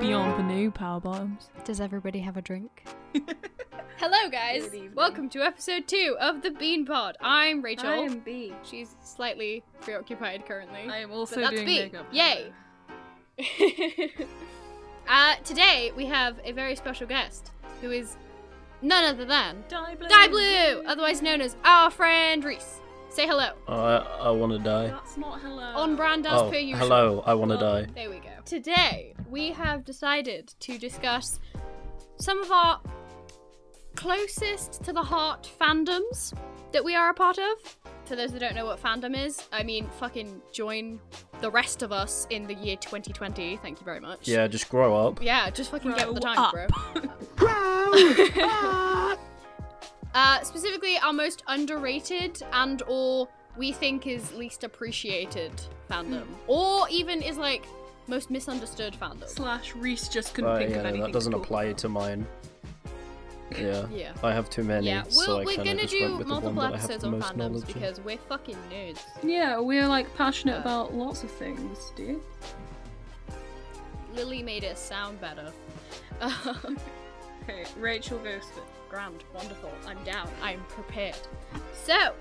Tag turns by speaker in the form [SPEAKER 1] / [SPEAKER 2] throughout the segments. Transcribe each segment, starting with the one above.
[SPEAKER 1] Beyond the new power bottoms.
[SPEAKER 2] Does everybody have a drink?
[SPEAKER 3] Hello, guys.
[SPEAKER 4] Good evening.
[SPEAKER 3] Welcome to episode two of the Bean Pod. I'm Rachel.
[SPEAKER 4] I am B.
[SPEAKER 3] She's slightly preoccupied currently.
[SPEAKER 1] I am also
[SPEAKER 3] But that's
[SPEAKER 1] doing
[SPEAKER 3] B.
[SPEAKER 1] makeup.
[SPEAKER 3] Yay. uh, today we have a very special guest who is none other than
[SPEAKER 1] Die blue.
[SPEAKER 3] Dye Blue, otherwise known as our friend Reese. Say hello.
[SPEAKER 5] I I want to die.
[SPEAKER 1] That's not hello.
[SPEAKER 3] On brand as
[SPEAKER 5] Oh,
[SPEAKER 3] per usual.
[SPEAKER 5] hello. I want to
[SPEAKER 1] Oh.
[SPEAKER 5] die.
[SPEAKER 3] There we go. Today, we have decided to discuss some of our closest to the heart fandoms that we are a part of. For those that don't know what fandom is, I mean, fucking join the rest of us in the year 2020. Thank you very much.
[SPEAKER 5] Yeah, just grow up.
[SPEAKER 3] Yeah, just fucking get with the
[SPEAKER 1] Grow
[SPEAKER 3] times,
[SPEAKER 1] up.
[SPEAKER 3] bro. Uh, specifically, our most underrated and or we think is least appreciated fandom, or even is like most misunderstood fandom.
[SPEAKER 1] Slash Reese just couldn't
[SPEAKER 5] But
[SPEAKER 1] think
[SPEAKER 5] yeah,
[SPEAKER 1] of anything.
[SPEAKER 5] that doesn't
[SPEAKER 1] to talk
[SPEAKER 5] apply to mine. Yeah.
[SPEAKER 3] Yeah.
[SPEAKER 5] I have too many,
[SPEAKER 3] Yeah, we'll,
[SPEAKER 5] so I
[SPEAKER 3] we're
[SPEAKER 5] kind of
[SPEAKER 3] gonna
[SPEAKER 5] just
[SPEAKER 3] do
[SPEAKER 5] went with the one
[SPEAKER 3] multiple
[SPEAKER 5] that I have
[SPEAKER 3] episodes
[SPEAKER 5] the
[SPEAKER 3] on
[SPEAKER 5] most
[SPEAKER 3] fandoms
[SPEAKER 5] knowledge in.
[SPEAKER 3] because we're fucking nerds.
[SPEAKER 4] Yeah, we're like passionate about lots of things, dude.
[SPEAKER 3] Lily made it sound better. Um,
[SPEAKER 1] about. Okay, Rachel goes.
[SPEAKER 3] Grand, wonderful. I'm down. I'm prepared. So,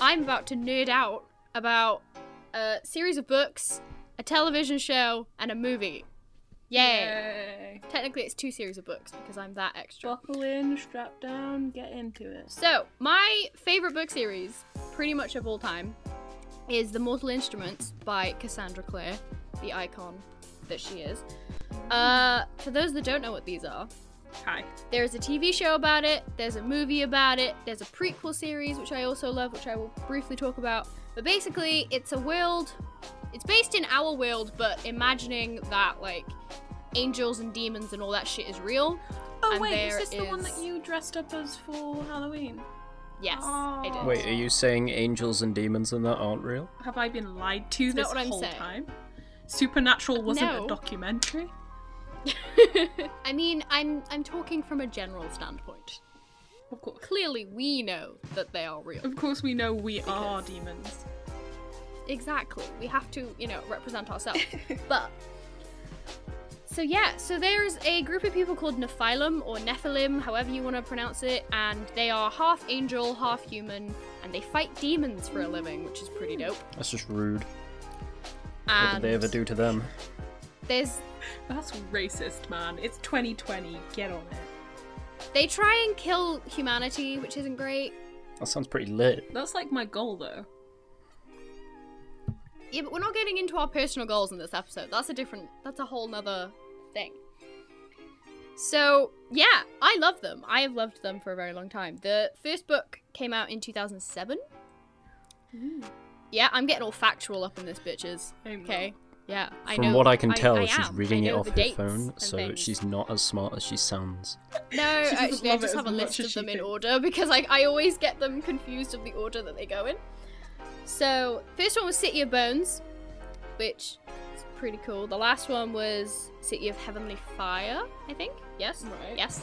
[SPEAKER 3] I'm about to nerd out about a series of books, a television show, and a movie.
[SPEAKER 4] Yay.
[SPEAKER 3] Yay! Technically, it's two series of books because I'm that extra.
[SPEAKER 4] Buckle in, strap down, get into it.
[SPEAKER 3] So, my favorite book series, pretty much of all time, is The Mortal Instruments by Cassandra Clare, the icon that she is. Uh, for those that don't know what these are,
[SPEAKER 1] Hi.
[SPEAKER 3] there's a TV show about it, there's a movie about it, there's a prequel series, which I also love, which I will briefly talk about. But basically, it's a world, it's based in our world, but imagining that, like, angels and demons and all that shit is real.
[SPEAKER 4] Oh
[SPEAKER 3] And
[SPEAKER 4] wait, is
[SPEAKER 3] there
[SPEAKER 4] this the one that
[SPEAKER 3] is-
[SPEAKER 4] you dressed up as for Halloween?
[SPEAKER 3] Yes, I did.
[SPEAKER 5] Wait, are you saying angels and demons and that aren't real?
[SPEAKER 1] Have I been lied to
[SPEAKER 3] It's
[SPEAKER 1] this
[SPEAKER 3] not what I'm
[SPEAKER 1] whole
[SPEAKER 3] saying.
[SPEAKER 1] time? Supernatural wasn't
[SPEAKER 3] No.
[SPEAKER 1] a documentary.
[SPEAKER 3] I mean, I'm I'm talking from a general standpoint.
[SPEAKER 1] Of course.
[SPEAKER 3] Clearly, we know that they are real.
[SPEAKER 1] Of course, we know we are
[SPEAKER 3] Because-
[SPEAKER 1] demons.
[SPEAKER 3] Exactly. We have to, you know, represent ourselves. but so yeah, so there is a group of people called Nephilim or Nephilim, however you want to pronounce it, and they are half angel, half human, and they fight demons for a living, which is pretty dope.
[SPEAKER 5] That's just rude. What
[SPEAKER 3] And
[SPEAKER 5] did they ever do to them?
[SPEAKER 3] there's
[SPEAKER 1] That's racist, man. It's 2020. Get on it.
[SPEAKER 3] they try and kill humanity, which isn't great.
[SPEAKER 5] That sounds pretty lit.
[SPEAKER 1] That's like my goal, though.
[SPEAKER 3] Yeah, but we're not getting into our personal goals in this episode. That's a different, that's a whole nother thing. So, yeah, I love them. I have loved them for a very long time. The first book came out in 2007. Yeah, I'm getting all factual up in this, bitches.
[SPEAKER 1] I'm
[SPEAKER 3] Okay. Yeah, I
[SPEAKER 5] From
[SPEAKER 3] know.
[SPEAKER 5] what I can tell,
[SPEAKER 3] I
[SPEAKER 5] she's
[SPEAKER 3] am.
[SPEAKER 5] reading
[SPEAKER 3] I
[SPEAKER 5] it
[SPEAKER 3] know
[SPEAKER 5] off
[SPEAKER 3] the
[SPEAKER 5] her
[SPEAKER 3] dates
[SPEAKER 5] phone,
[SPEAKER 3] and
[SPEAKER 5] so
[SPEAKER 3] things.
[SPEAKER 5] she's not as smart as she sounds.
[SPEAKER 3] No,
[SPEAKER 1] She doesn't
[SPEAKER 3] actually, I
[SPEAKER 1] love it
[SPEAKER 3] just
[SPEAKER 1] as
[SPEAKER 3] have a
[SPEAKER 1] much
[SPEAKER 3] list
[SPEAKER 1] as
[SPEAKER 3] of
[SPEAKER 1] she
[SPEAKER 3] them in
[SPEAKER 1] thinks.
[SPEAKER 3] order because like I always get them confused of the order that they go in. So first one was City of Bones, which is pretty cool. The last one was City of Heavenly Fire, I think. Yes.
[SPEAKER 1] Right.
[SPEAKER 3] Yes.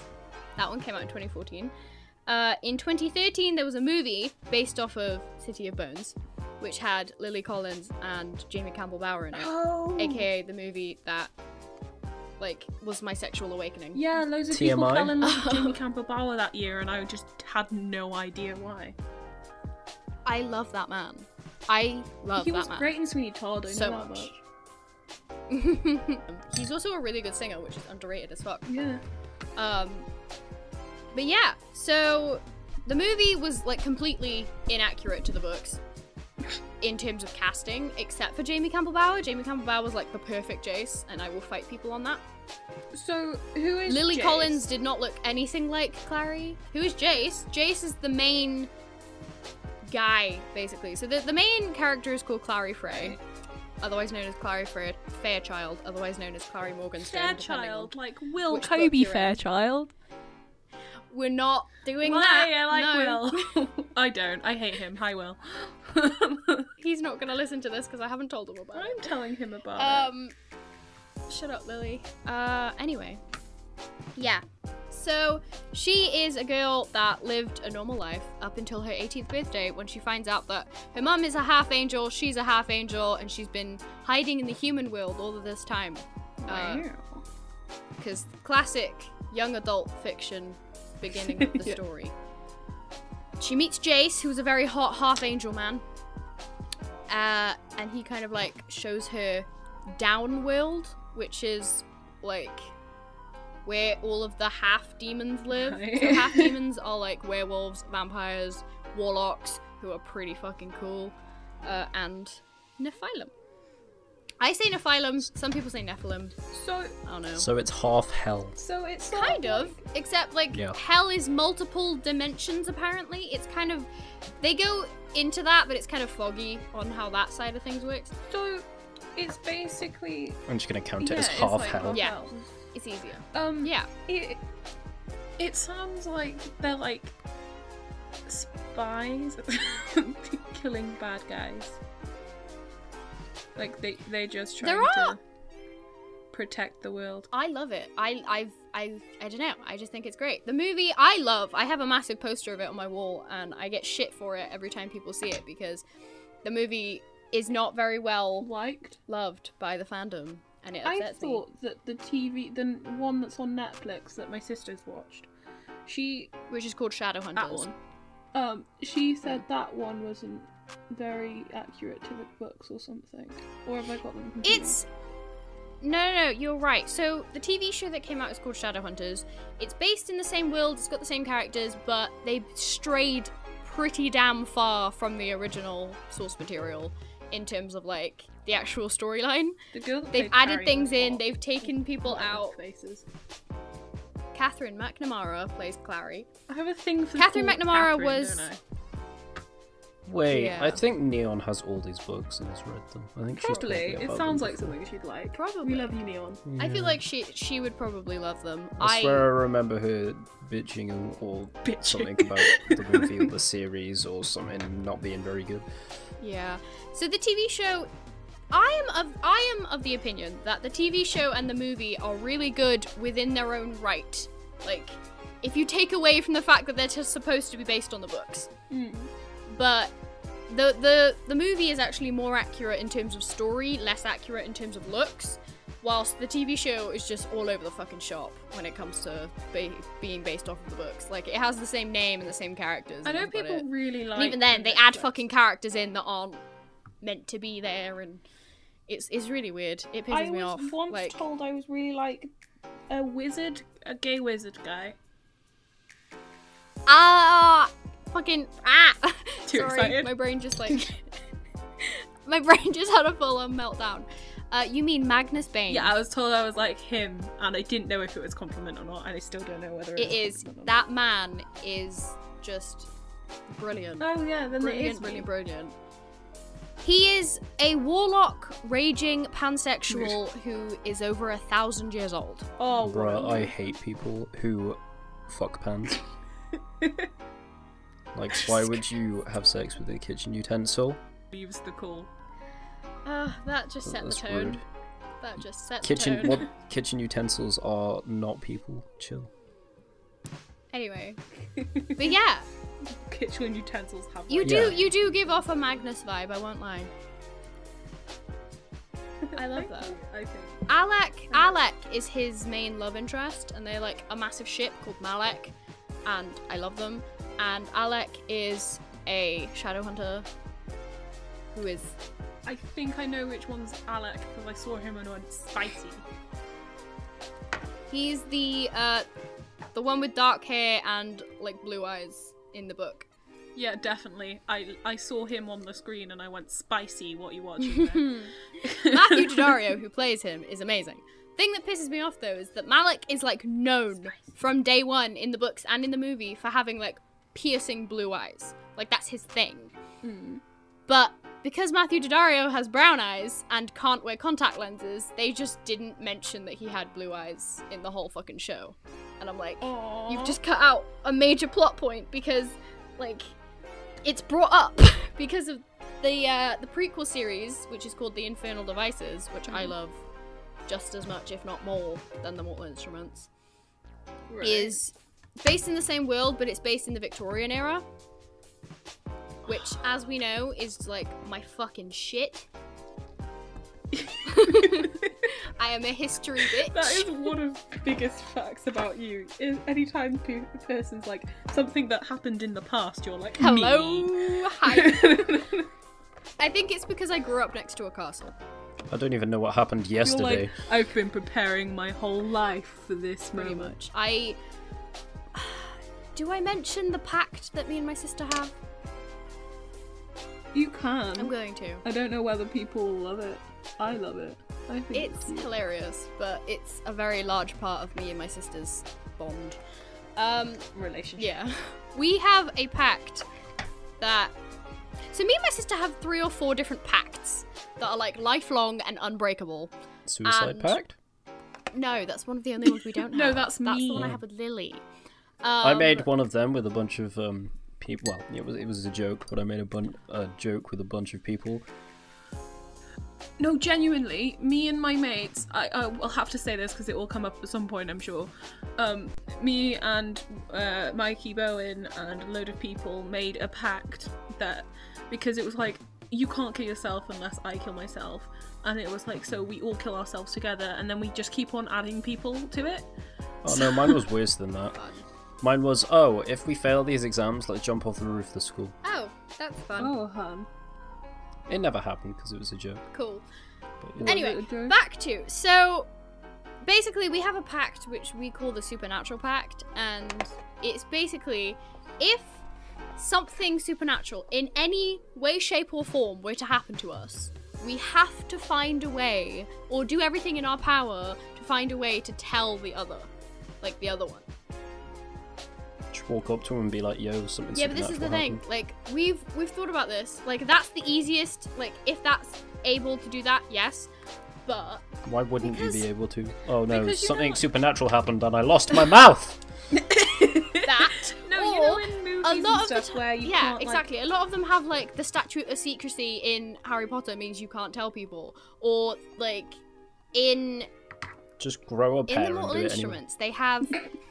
[SPEAKER 3] That one came out in 2014. Uh, in 2013, there was a movie based off of City of Bones, which had Lily Collins and Jamie Campbell Bower in it,
[SPEAKER 4] Oh.
[SPEAKER 3] aka the movie that like was my sexual awakening.
[SPEAKER 1] Yeah, loads of people
[SPEAKER 5] TMI?
[SPEAKER 1] fell in love with Jamie Campbell Bower that year, and I just had no idea why.
[SPEAKER 3] I love that man. I love
[SPEAKER 1] he
[SPEAKER 3] that
[SPEAKER 1] was
[SPEAKER 3] man.
[SPEAKER 1] great in Sweeney Todd. I
[SPEAKER 3] So
[SPEAKER 1] know that
[SPEAKER 3] much. He's also a really good singer, which is underrated as fuck.
[SPEAKER 1] Yeah.
[SPEAKER 3] Um, but yeah, so the movie was like completely inaccurate to the books in terms of casting, except for Jamie Campbell Bower. Jamie Campbell Bower was like the perfect Jace, and I will fight people on that.
[SPEAKER 4] So who is
[SPEAKER 3] Lily
[SPEAKER 4] Jace?
[SPEAKER 3] Collins did not look anything like Clary. Who is Jace? Jace is the main guy, basically. So the, the main character is called Clary Frey, otherwise known as Clary Frey Fairchild, otherwise known as Clary Morgenstern. depending on-
[SPEAKER 1] Fairchild, like Will
[SPEAKER 3] which
[SPEAKER 1] Kobe.
[SPEAKER 3] book you're in.
[SPEAKER 2] Fairchild.
[SPEAKER 3] We're not doing
[SPEAKER 1] Why?
[SPEAKER 3] that.
[SPEAKER 1] I like
[SPEAKER 3] no.
[SPEAKER 1] Will. I don't. I hate him. Hi, Will.
[SPEAKER 3] He's not going to listen to this because I haven't told him about it.
[SPEAKER 1] I'm telling him about it.
[SPEAKER 3] Um, shut up, Lily. Uh, anyway, yeah. So she is a girl that lived a normal life up until her 18th birthday when she finds out that her mum is a half angel, she's a half angel, and she's been hiding in the human world all of this time. Uh,
[SPEAKER 4] Wow.
[SPEAKER 3] because classic young adult fiction beginning of the
[SPEAKER 4] Yeah.
[SPEAKER 3] story. She meets Jace, who's a very hot half angel man, uh, and he kind of like shows her Downworld, which is like where all of the half demons live.
[SPEAKER 4] Right.
[SPEAKER 3] So half demons are like werewolves, vampires, warlocks, who are pretty fucking cool, uh, and Nephilim. I say Nephilim. Some people say Nephilim.
[SPEAKER 4] So,
[SPEAKER 3] I don't know.
[SPEAKER 5] So it's half hell.
[SPEAKER 4] so it's sort
[SPEAKER 3] kind of, except like
[SPEAKER 5] Yeah.
[SPEAKER 3] hell is multiple dimensions. Apparently, it's kind of they go into that, but it's kind of foggy on how that side of things works.
[SPEAKER 4] like- So it's basically
[SPEAKER 5] I'm just gonna count it
[SPEAKER 4] yeah,
[SPEAKER 5] as
[SPEAKER 4] it's
[SPEAKER 5] half
[SPEAKER 4] like
[SPEAKER 5] hell.
[SPEAKER 4] half
[SPEAKER 3] Yeah.
[SPEAKER 4] hell.
[SPEAKER 3] It's easier.
[SPEAKER 4] Um,
[SPEAKER 3] Yeah.
[SPEAKER 4] It, it sounds like they're like spies killing bad guys. Like they they just trying
[SPEAKER 3] There are-
[SPEAKER 4] to protect the world.
[SPEAKER 3] I love it. I I've I I don't know. I just think it's great. The movie I love. I have a massive poster of it on my wall, and I get shit for it every time people see it because the movie is not very well
[SPEAKER 4] Liked.
[SPEAKER 3] loved by the fandom, and it
[SPEAKER 4] I
[SPEAKER 3] upsets me.
[SPEAKER 4] thought that the TV, the n- one that's on Netflix that my sister's watched, she
[SPEAKER 3] Which is called Shadowhunters.
[SPEAKER 4] that one, um, she said that one wasn't very accurate to the books or something. Or have I got them? confused?
[SPEAKER 3] It's no, no, no, you're right. So the TV show that came out is called Shadowhunters. It's based in the same world. It's got the same characters, but they strayed pretty damn far from the original source material in terms of like the actual storyline.
[SPEAKER 4] the girl that
[SPEAKER 3] They've
[SPEAKER 4] played
[SPEAKER 3] added
[SPEAKER 4] Carrie
[SPEAKER 3] things
[SPEAKER 4] was
[SPEAKER 3] in.
[SPEAKER 4] hot.
[SPEAKER 3] They've taken people
[SPEAKER 4] Whatever
[SPEAKER 3] out.
[SPEAKER 4] Faces.
[SPEAKER 3] Catherine McNamara plays Clary.
[SPEAKER 4] I have a thing for
[SPEAKER 3] Catherine
[SPEAKER 4] called
[SPEAKER 3] McNamara
[SPEAKER 4] Catherine,
[SPEAKER 3] was-
[SPEAKER 4] don't I?
[SPEAKER 5] Wait,
[SPEAKER 3] Yeah.
[SPEAKER 5] I think Neon has all these books and has read them. I think she's told
[SPEAKER 4] Probably.
[SPEAKER 5] me
[SPEAKER 4] It
[SPEAKER 5] about
[SPEAKER 4] sounds
[SPEAKER 5] them
[SPEAKER 4] like something she'd like.
[SPEAKER 3] Probably.
[SPEAKER 4] We love you, Neon.
[SPEAKER 5] before.
[SPEAKER 3] I feel
[SPEAKER 5] Yeah.
[SPEAKER 3] like she she would probably love them.
[SPEAKER 5] Mm. I swear I remember her bitching or- or something about the movie or the series or something not being very good.
[SPEAKER 3] Yeah. So the TV show I am of I am of the opinion that the TV show and the movie are really good within their own right. Like if you take away from the fact that they're just supposed to be based on the books.
[SPEAKER 4] Mm.
[SPEAKER 3] But the the the movie is actually more accurate in terms of story, less accurate in terms of looks. Whilst the TV show is just all over the fucking shop when it comes to ba- being based off of the books, like it has the same name and the same characters.
[SPEAKER 4] I
[SPEAKER 3] and
[SPEAKER 4] know
[SPEAKER 3] that's about
[SPEAKER 4] people
[SPEAKER 3] it.
[SPEAKER 4] really like.
[SPEAKER 3] And even then,
[SPEAKER 4] the
[SPEAKER 3] they add
[SPEAKER 4] Netflix.
[SPEAKER 3] fucking characters in that aren't meant to be there, and it's it's really weird. It pisses
[SPEAKER 4] I was
[SPEAKER 3] me off.
[SPEAKER 4] once
[SPEAKER 3] like,
[SPEAKER 4] told I was really like a wizard, a gay wizard guy.
[SPEAKER 3] ah, fucking ah.
[SPEAKER 4] Too
[SPEAKER 3] Sorry,
[SPEAKER 4] excited.
[SPEAKER 3] my brain just like my brain just had a full on meltdown. Uh, you mean Magnus Bane?
[SPEAKER 1] Yeah, I was told I was like him, and I didn't know if it was compliment or not, and I still don't know whether
[SPEAKER 3] it
[SPEAKER 1] was
[SPEAKER 3] is.
[SPEAKER 1] compliment or
[SPEAKER 3] That man is just brilliant.
[SPEAKER 4] Oh yeah, then there is
[SPEAKER 3] brilliant, brilliant, brilliant. He is a warlock, raging pansexual who is over a thousand years old.
[SPEAKER 4] me. Oh,
[SPEAKER 5] Bruh,
[SPEAKER 4] wow.
[SPEAKER 5] I hate people who fuck pans. like, why would you have sex with a kitchen utensil?
[SPEAKER 1] not. leaves the call.
[SPEAKER 3] Ah, that just set
[SPEAKER 5] That's
[SPEAKER 3] the tone.
[SPEAKER 5] rude.
[SPEAKER 3] That just set the
[SPEAKER 5] Kitchen
[SPEAKER 3] tone.
[SPEAKER 5] what? Kitchen utensils are not people. Chill.
[SPEAKER 3] Anyway, but yeah,
[SPEAKER 1] Kitchen utensils have.
[SPEAKER 3] you
[SPEAKER 1] like-
[SPEAKER 3] do
[SPEAKER 5] Yeah.
[SPEAKER 3] you do give off a Magnus vibe. I won't lie. I love
[SPEAKER 4] Thank
[SPEAKER 3] that.
[SPEAKER 4] you, I think.
[SPEAKER 3] Alec Alec is his main love interest, and they're like a massive ship called Malek, and I love them. And Alec is a shadow hunter who is
[SPEAKER 1] I think I know which one's Alec because I saw him on one spicy.
[SPEAKER 3] he's the uh the one with dark hair and like blue eyes in the book.
[SPEAKER 1] Yeah, definitely. I I saw him on the screen and I went spicy. What you watching? there?"
[SPEAKER 3] Matthew Daddario, who plays him, is amazing. Thing that pisses me off though is that Malik is like known from day one in the books and in the movie for having like piercing blue eyes. Like that's his thing. But because Matthew Daddario has brown eyes and can't wear contact lenses, they just didn't mention that he had blue eyes in the whole fucking show. And I'm like,
[SPEAKER 1] Aw.
[SPEAKER 3] you've just cut out a major plot point because like it's brought up because of the uh, the prequel series which is called the infernal devices which
[SPEAKER 1] Mm-hmm.
[SPEAKER 3] i love just as much if not more than the mortal instruments
[SPEAKER 4] Right.
[SPEAKER 3] is based in the same world but it's based in the victorian era which as we know is like my fucking shit i am a history bitch
[SPEAKER 1] That is one of biggest facts about you is anytime pe- a person's like something that happened in the past, you're like,
[SPEAKER 3] Hello,
[SPEAKER 1] Me.
[SPEAKER 3] hi. I think it's because I grew up next to a castle.
[SPEAKER 5] I don't even know what happened
[SPEAKER 1] You're
[SPEAKER 5] yesterday.
[SPEAKER 1] like, I've been preparing my whole life for this
[SPEAKER 3] pretty
[SPEAKER 1] moment.
[SPEAKER 3] much. I do I mention the pact that me and my sister have?
[SPEAKER 4] You can.
[SPEAKER 3] I'm going to.
[SPEAKER 4] I don't know whether people will love it. I love it. I think
[SPEAKER 3] It's
[SPEAKER 4] cute.
[SPEAKER 3] hilarious, but it's a very large part of me and my sister's bond. Um,
[SPEAKER 1] Relationship.
[SPEAKER 3] yeah, we have a pact that. So me and my sister have three or four different pacts that are like lifelong and unbreakable.
[SPEAKER 5] Suicide
[SPEAKER 3] and-
[SPEAKER 5] pact?
[SPEAKER 3] No, that's one of the only ones we don't have.
[SPEAKER 1] No, that's
[SPEAKER 3] that's
[SPEAKER 1] me.
[SPEAKER 3] the one I have with Lily.
[SPEAKER 5] I
[SPEAKER 3] Um,
[SPEAKER 5] made one of them with a bunch of um people. Well, it was it was a joke, but I made a bun a joke with a bunch of people.
[SPEAKER 1] No, genuinely, me and my mates, I, I will have to say this because it will come up at some point, I'm sure. Um, me and uh, Mikey Bowen and a load of people made a pact that because it was like, you can't kill yourself unless I kill myself. And it was like, so we all kill ourselves together, and then we just keep on adding people to it.
[SPEAKER 5] Oh no, mine was worse than that. Mine was oh, if we fail these exams, let's jump off the roof of the school.
[SPEAKER 3] Oh, that's fun.
[SPEAKER 4] Oh, hun.
[SPEAKER 5] It never happened because it was a joke.
[SPEAKER 3] Cool.
[SPEAKER 5] But
[SPEAKER 4] Was it a
[SPEAKER 3] anyway,
[SPEAKER 4] joke?
[SPEAKER 3] back to so basically we have a pact which we call the supernatural pact, and it's basically if something supernatural in any way, shape, or form were to happen to us, we have to find a way or do everything in our power to find a way to tell the other, like the other one.
[SPEAKER 5] Just walk up to him and be like, "Yo, something."
[SPEAKER 3] yeah but this is the
[SPEAKER 5] supernatural
[SPEAKER 3] thing
[SPEAKER 5] happened.
[SPEAKER 3] like we've we've thought about this like that's the easiest like if that's able to do that yes but
[SPEAKER 5] Why wouldn't you
[SPEAKER 3] Because-
[SPEAKER 5] be able to? Oh no,
[SPEAKER 1] because you
[SPEAKER 5] something
[SPEAKER 1] know-
[SPEAKER 5] supernatural happened and I lost my mouth.
[SPEAKER 3] that
[SPEAKER 1] No,
[SPEAKER 3] or
[SPEAKER 1] you know, in movies
[SPEAKER 3] a
[SPEAKER 1] and
[SPEAKER 3] lot of the
[SPEAKER 1] stuff
[SPEAKER 3] ti-
[SPEAKER 1] where you
[SPEAKER 3] yeah
[SPEAKER 1] can't, like-
[SPEAKER 3] exactly a lot of them have like the statute of secrecy in harry potter means you can't tell people or like in
[SPEAKER 5] Just grow a
[SPEAKER 3] in
[SPEAKER 5] pair
[SPEAKER 3] the
[SPEAKER 5] and
[SPEAKER 3] mortal
[SPEAKER 5] do it anyway.
[SPEAKER 3] instruments they have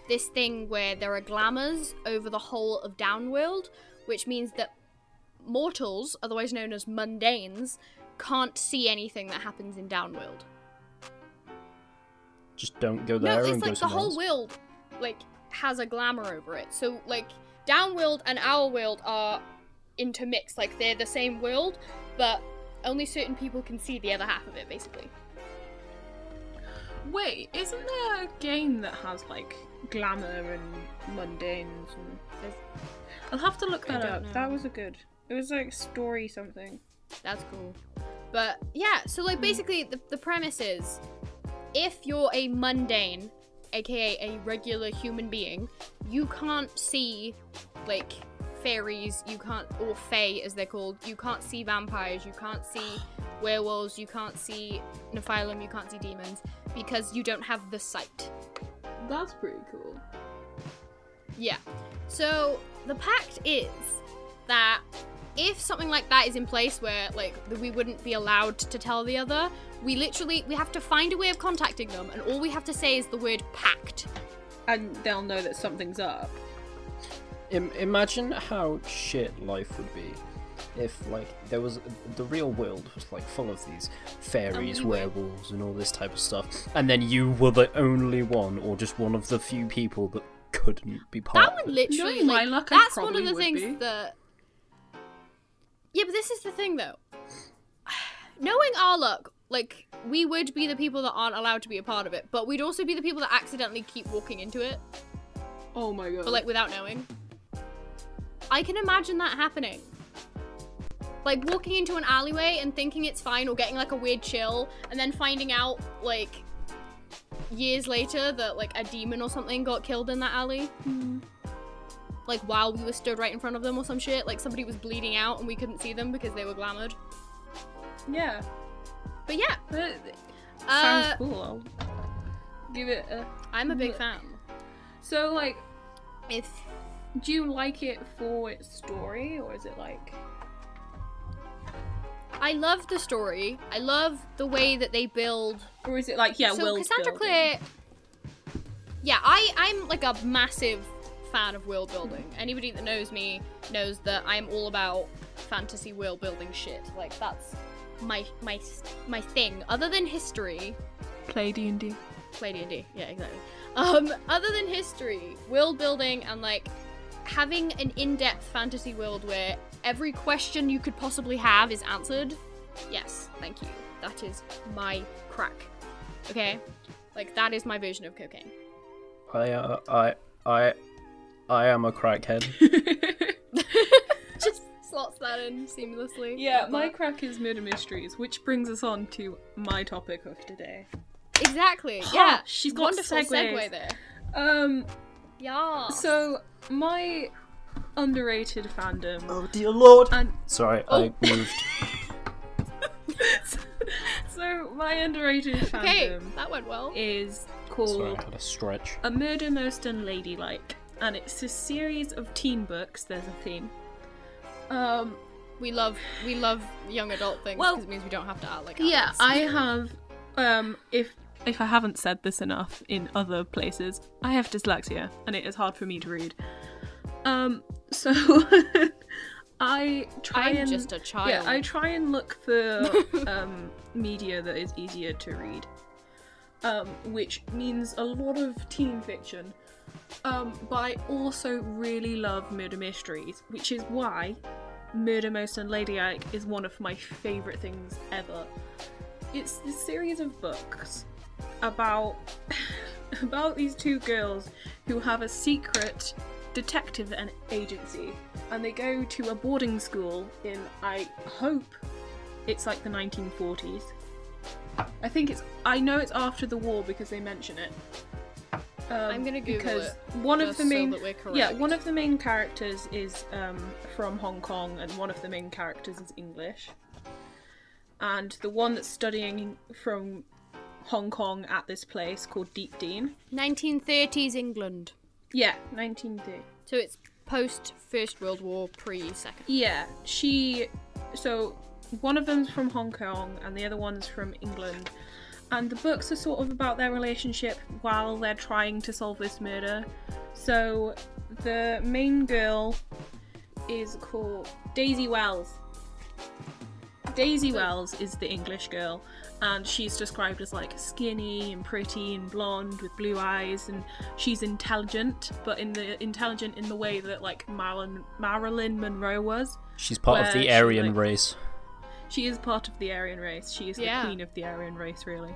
[SPEAKER 3] this thing where there are glamours over the whole of downworld which means that mortals otherwise known as mundanes can't see anything that happens in downworld
[SPEAKER 5] Just don't go
[SPEAKER 3] No,
[SPEAKER 5] there and
[SPEAKER 3] it's
[SPEAKER 5] go
[SPEAKER 3] like the
[SPEAKER 5] somewhere
[SPEAKER 3] whole
[SPEAKER 5] else.
[SPEAKER 3] world, like, has a glamour over it. So like, downworld and our world are intermixed. Like they're the same world, but only certain people can see the other half of it, basically.
[SPEAKER 1] Wait, isn't there a game that has like glamour and mundanes? And... I'll have to look
[SPEAKER 3] I
[SPEAKER 1] that
[SPEAKER 3] don't
[SPEAKER 1] up.
[SPEAKER 3] know.
[SPEAKER 4] That was a good. It was like story something.
[SPEAKER 3] That's cool. But yeah, so like basically the, the premise is if you're a mundane, aka a regular human being, you can't see like fairies, you can't or fae as they're called, you can't see vampires, you can't see werewolves, you can't see Nephilim, you can't see demons, because you don't have the sight.
[SPEAKER 4] That's pretty cool.
[SPEAKER 3] Yeah. So the pact is that if something like that is in place where like th- we wouldn't be allowed to tell the other, we literally we have to find a way of contacting them and all we have to say is the word pact.
[SPEAKER 1] And they'll know that something's up.
[SPEAKER 5] Im- imagine how shit life would be if like there was the real world was like full of these fairies
[SPEAKER 3] we were-
[SPEAKER 5] werewolves and all this type of stuff and then you were the only one or just one of the few people that couldn't be part
[SPEAKER 3] That
[SPEAKER 5] of it.
[SPEAKER 3] would literally
[SPEAKER 1] Knowing my
[SPEAKER 3] like,
[SPEAKER 1] luck, I
[SPEAKER 3] that's one of
[SPEAKER 1] probably
[SPEAKER 3] the
[SPEAKER 1] would
[SPEAKER 3] things
[SPEAKER 1] be.
[SPEAKER 3] that Yeah, but this is the thing though. Knowing our luck, like we would be the people that aren't allowed to be a part of it, but we'd also be the people that accidentally keep walking into it.
[SPEAKER 4] Oh my god.
[SPEAKER 3] but like without knowing. I can imagine that happening. Like walking into an alleyway and thinking it's fine or getting like a weird chill and then finding out like years later that like a demon or something got killed in that alley. Like while we were stood right in front of them or some shit, like somebody was bleeding out and we couldn't see them because they were glamored.
[SPEAKER 1] Yeah.
[SPEAKER 3] But yeah,
[SPEAKER 1] That sounds
[SPEAKER 3] uh,
[SPEAKER 1] cool. I'll give it a.
[SPEAKER 3] I'm a big fan.
[SPEAKER 1] So, like,
[SPEAKER 3] If
[SPEAKER 1] do you like it for its story, or is it like?
[SPEAKER 3] I love the story, I love the way that they build
[SPEAKER 1] Or is it like yeah?
[SPEAKER 3] so
[SPEAKER 1] world
[SPEAKER 3] Cassandra
[SPEAKER 1] building?
[SPEAKER 3] Clare. Yeah, I I'm like a massive fan of world building. Anybody that knows me knows that I'm all about fantasy world building shit. Like that's my my my thing. Other than history,
[SPEAKER 4] play D and D.
[SPEAKER 3] play D and D. Yeah, exactly. Um, other than history, world building, and like having an in-depth fantasy world where every question you could possibly have is answered. Yes, thank you. That is my crack. Okay, like that is my version of cocaine.
[SPEAKER 5] I, uh, I, I, I am a crackhead.
[SPEAKER 3] Just slots that in seamlessly.
[SPEAKER 1] yeah,
[SPEAKER 3] Love
[SPEAKER 1] my
[SPEAKER 3] that.
[SPEAKER 1] crack is murder mysteries, which brings us on to my topic of today.
[SPEAKER 3] Exactly.
[SPEAKER 1] Ha,
[SPEAKER 3] Yeah.
[SPEAKER 1] she's got
[SPEAKER 3] Wonderful
[SPEAKER 1] segues.
[SPEAKER 3] segue there.
[SPEAKER 1] Um,
[SPEAKER 3] Yeah.
[SPEAKER 1] so my underrated fandom
[SPEAKER 5] oh dear lord!
[SPEAKER 1] and
[SPEAKER 5] Sorry,
[SPEAKER 3] Oh.
[SPEAKER 5] I moved.
[SPEAKER 1] so my underrated
[SPEAKER 3] okay,
[SPEAKER 1] fandom
[SPEAKER 3] that went well.
[SPEAKER 1] is called
[SPEAKER 5] Sorry, I had a stretch.
[SPEAKER 1] A Murder Most Unladylike, and it's a series of teen books. There's a theme. Um,
[SPEAKER 3] We love we love young adult things because
[SPEAKER 1] Well-
[SPEAKER 3] it means we don't have to act like
[SPEAKER 1] yeah,
[SPEAKER 3] adults.
[SPEAKER 1] I have. Um, if if I haven't said this enough in other places, I have dyslexia, and it is hard for me to read. Um, so I try
[SPEAKER 3] I'm
[SPEAKER 1] and
[SPEAKER 3] just a child.
[SPEAKER 1] Yeah, I try and look for um, media that is easier to read, um, which means a lot of teen fiction. Um, but I also really love murder mysteries, which is why Murder Most Unladylike is one of my favourite things ever. It's this series of books about about these two girls who have a secret detective and agency and they go to a boarding school in I hope it's like the 1940s. I think it's I know it's after the war because they mention it. Um,
[SPEAKER 3] I'm gonna Google
[SPEAKER 1] because
[SPEAKER 3] it
[SPEAKER 1] one of
[SPEAKER 3] just
[SPEAKER 1] the
[SPEAKER 3] so
[SPEAKER 1] main
[SPEAKER 3] that we're
[SPEAKER 1] yeah
[SPEAKER 3] correct.
[SPEAKER 1] one of the main characters is um, from Hong Kong and one of the main characters is English. And the one that's studying from Hong Kong at this place called Deep Dean.
[SPEAKER 3] 1930s England.
[SPEAKER 1] Yeah, 1930.
[SPEAKER 3] So it's post First World War, pre Second.
[SPEAKER 1] Yeah, she. So one of them's from Hong Kong and the other one's from England. And the books are sort of about their relationship while they're trying to solve this murder. So the main girl is called Daisy Wells. Daisy Wells is the English girl, and she's described as like skinny and pretty and blonde with blue eyes, and she's intelligent, but in the intelligent in the way that like Marilyn Marilyn Monroe was.
[SPEAKER 5] She's part of
[SPEAKER 1] Where
[SPEAKER 5] the
[SPEAKER 1] she,
[SPEAKER 5] Aryan
[SPEAKER 1] like-
[SPEAKER 5] race.
[SPEAKER 1] She is part of the Aryan race. She is
[SPEAKER 3] Yeah.
[SPEAKER 1] the queen of the Aryan race, really.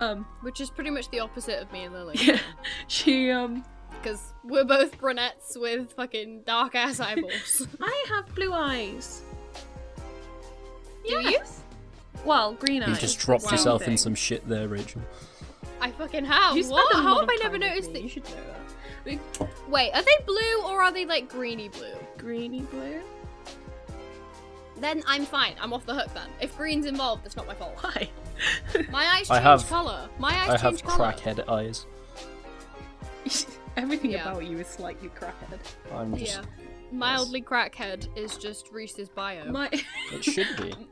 [SPEAKER 1] Um,
[SPEAKER 3] Which is pretty much the opposite of me and Lily.
[SPEAKER 1] She um,
[SPEAKER 3] Because we're both brunettes with fucking dark ass eyeballs.
[SPEAKER 1] I have blue eyes.
[SPEAKER 3] Do you?
[SPEAKER 1] Well, green eyes.
[SPEAKER 5] You just dropped
[SPEAKER 1] Wow.
[SPEAKER 5] yourself
[SPEAKER 1] Same
[SPEAKER 5] in
[SPEAKER 1] thing.
[SPEAKER 5] some shit there, Rachel.
[SPEAKER 3] I fucking have.
[SPEAKER 1] You spend
[SPEAKER 3] what?
[SPEAKER 1] a
[SPEAKER 3] How
[SPEAKER 1] lot
[SPEAKER 3] have
[SPEAKER 1] of
[SPEAKER 3] I never
[SPEAKER 1] time with me,
[SPEAKER 3] noticed that?
[SPEAKER 1] You should know that.
[SPEAKER 3] Wait, are they blue or are they like greeny blue?
[SPEAKER 1] Greeny blue.
[SPEAKER 3] Then I'm fine. I'm off the hook then. If green's involved, it's not my fault.
[SPEAKER 1] Why?
[SPEAKER 3] My eyes
[SPEAKER 5] I
[SPEAKER 3] change
[SPEAKER 5] have-
[SPEAKER 3] colour. My eyes
[SPEAKER 5] I
[SPEAKER 3] change
[SPEAKER 5] have
[SPEAKER 3] colour.
[SPEAKER 5] crackhead eyes.
[SPEAKER 1] Everything
[SPEAKER 3] Yeah.
[SPEAKER 1] about you is slightly crackhead.
[SPEAKER 5] I'm just.
[SPEAKER 3] Yeah. Mildly crackhead is just Reese's bio.
[SPEAKER 1] My
[SPEAKER 5] It should be.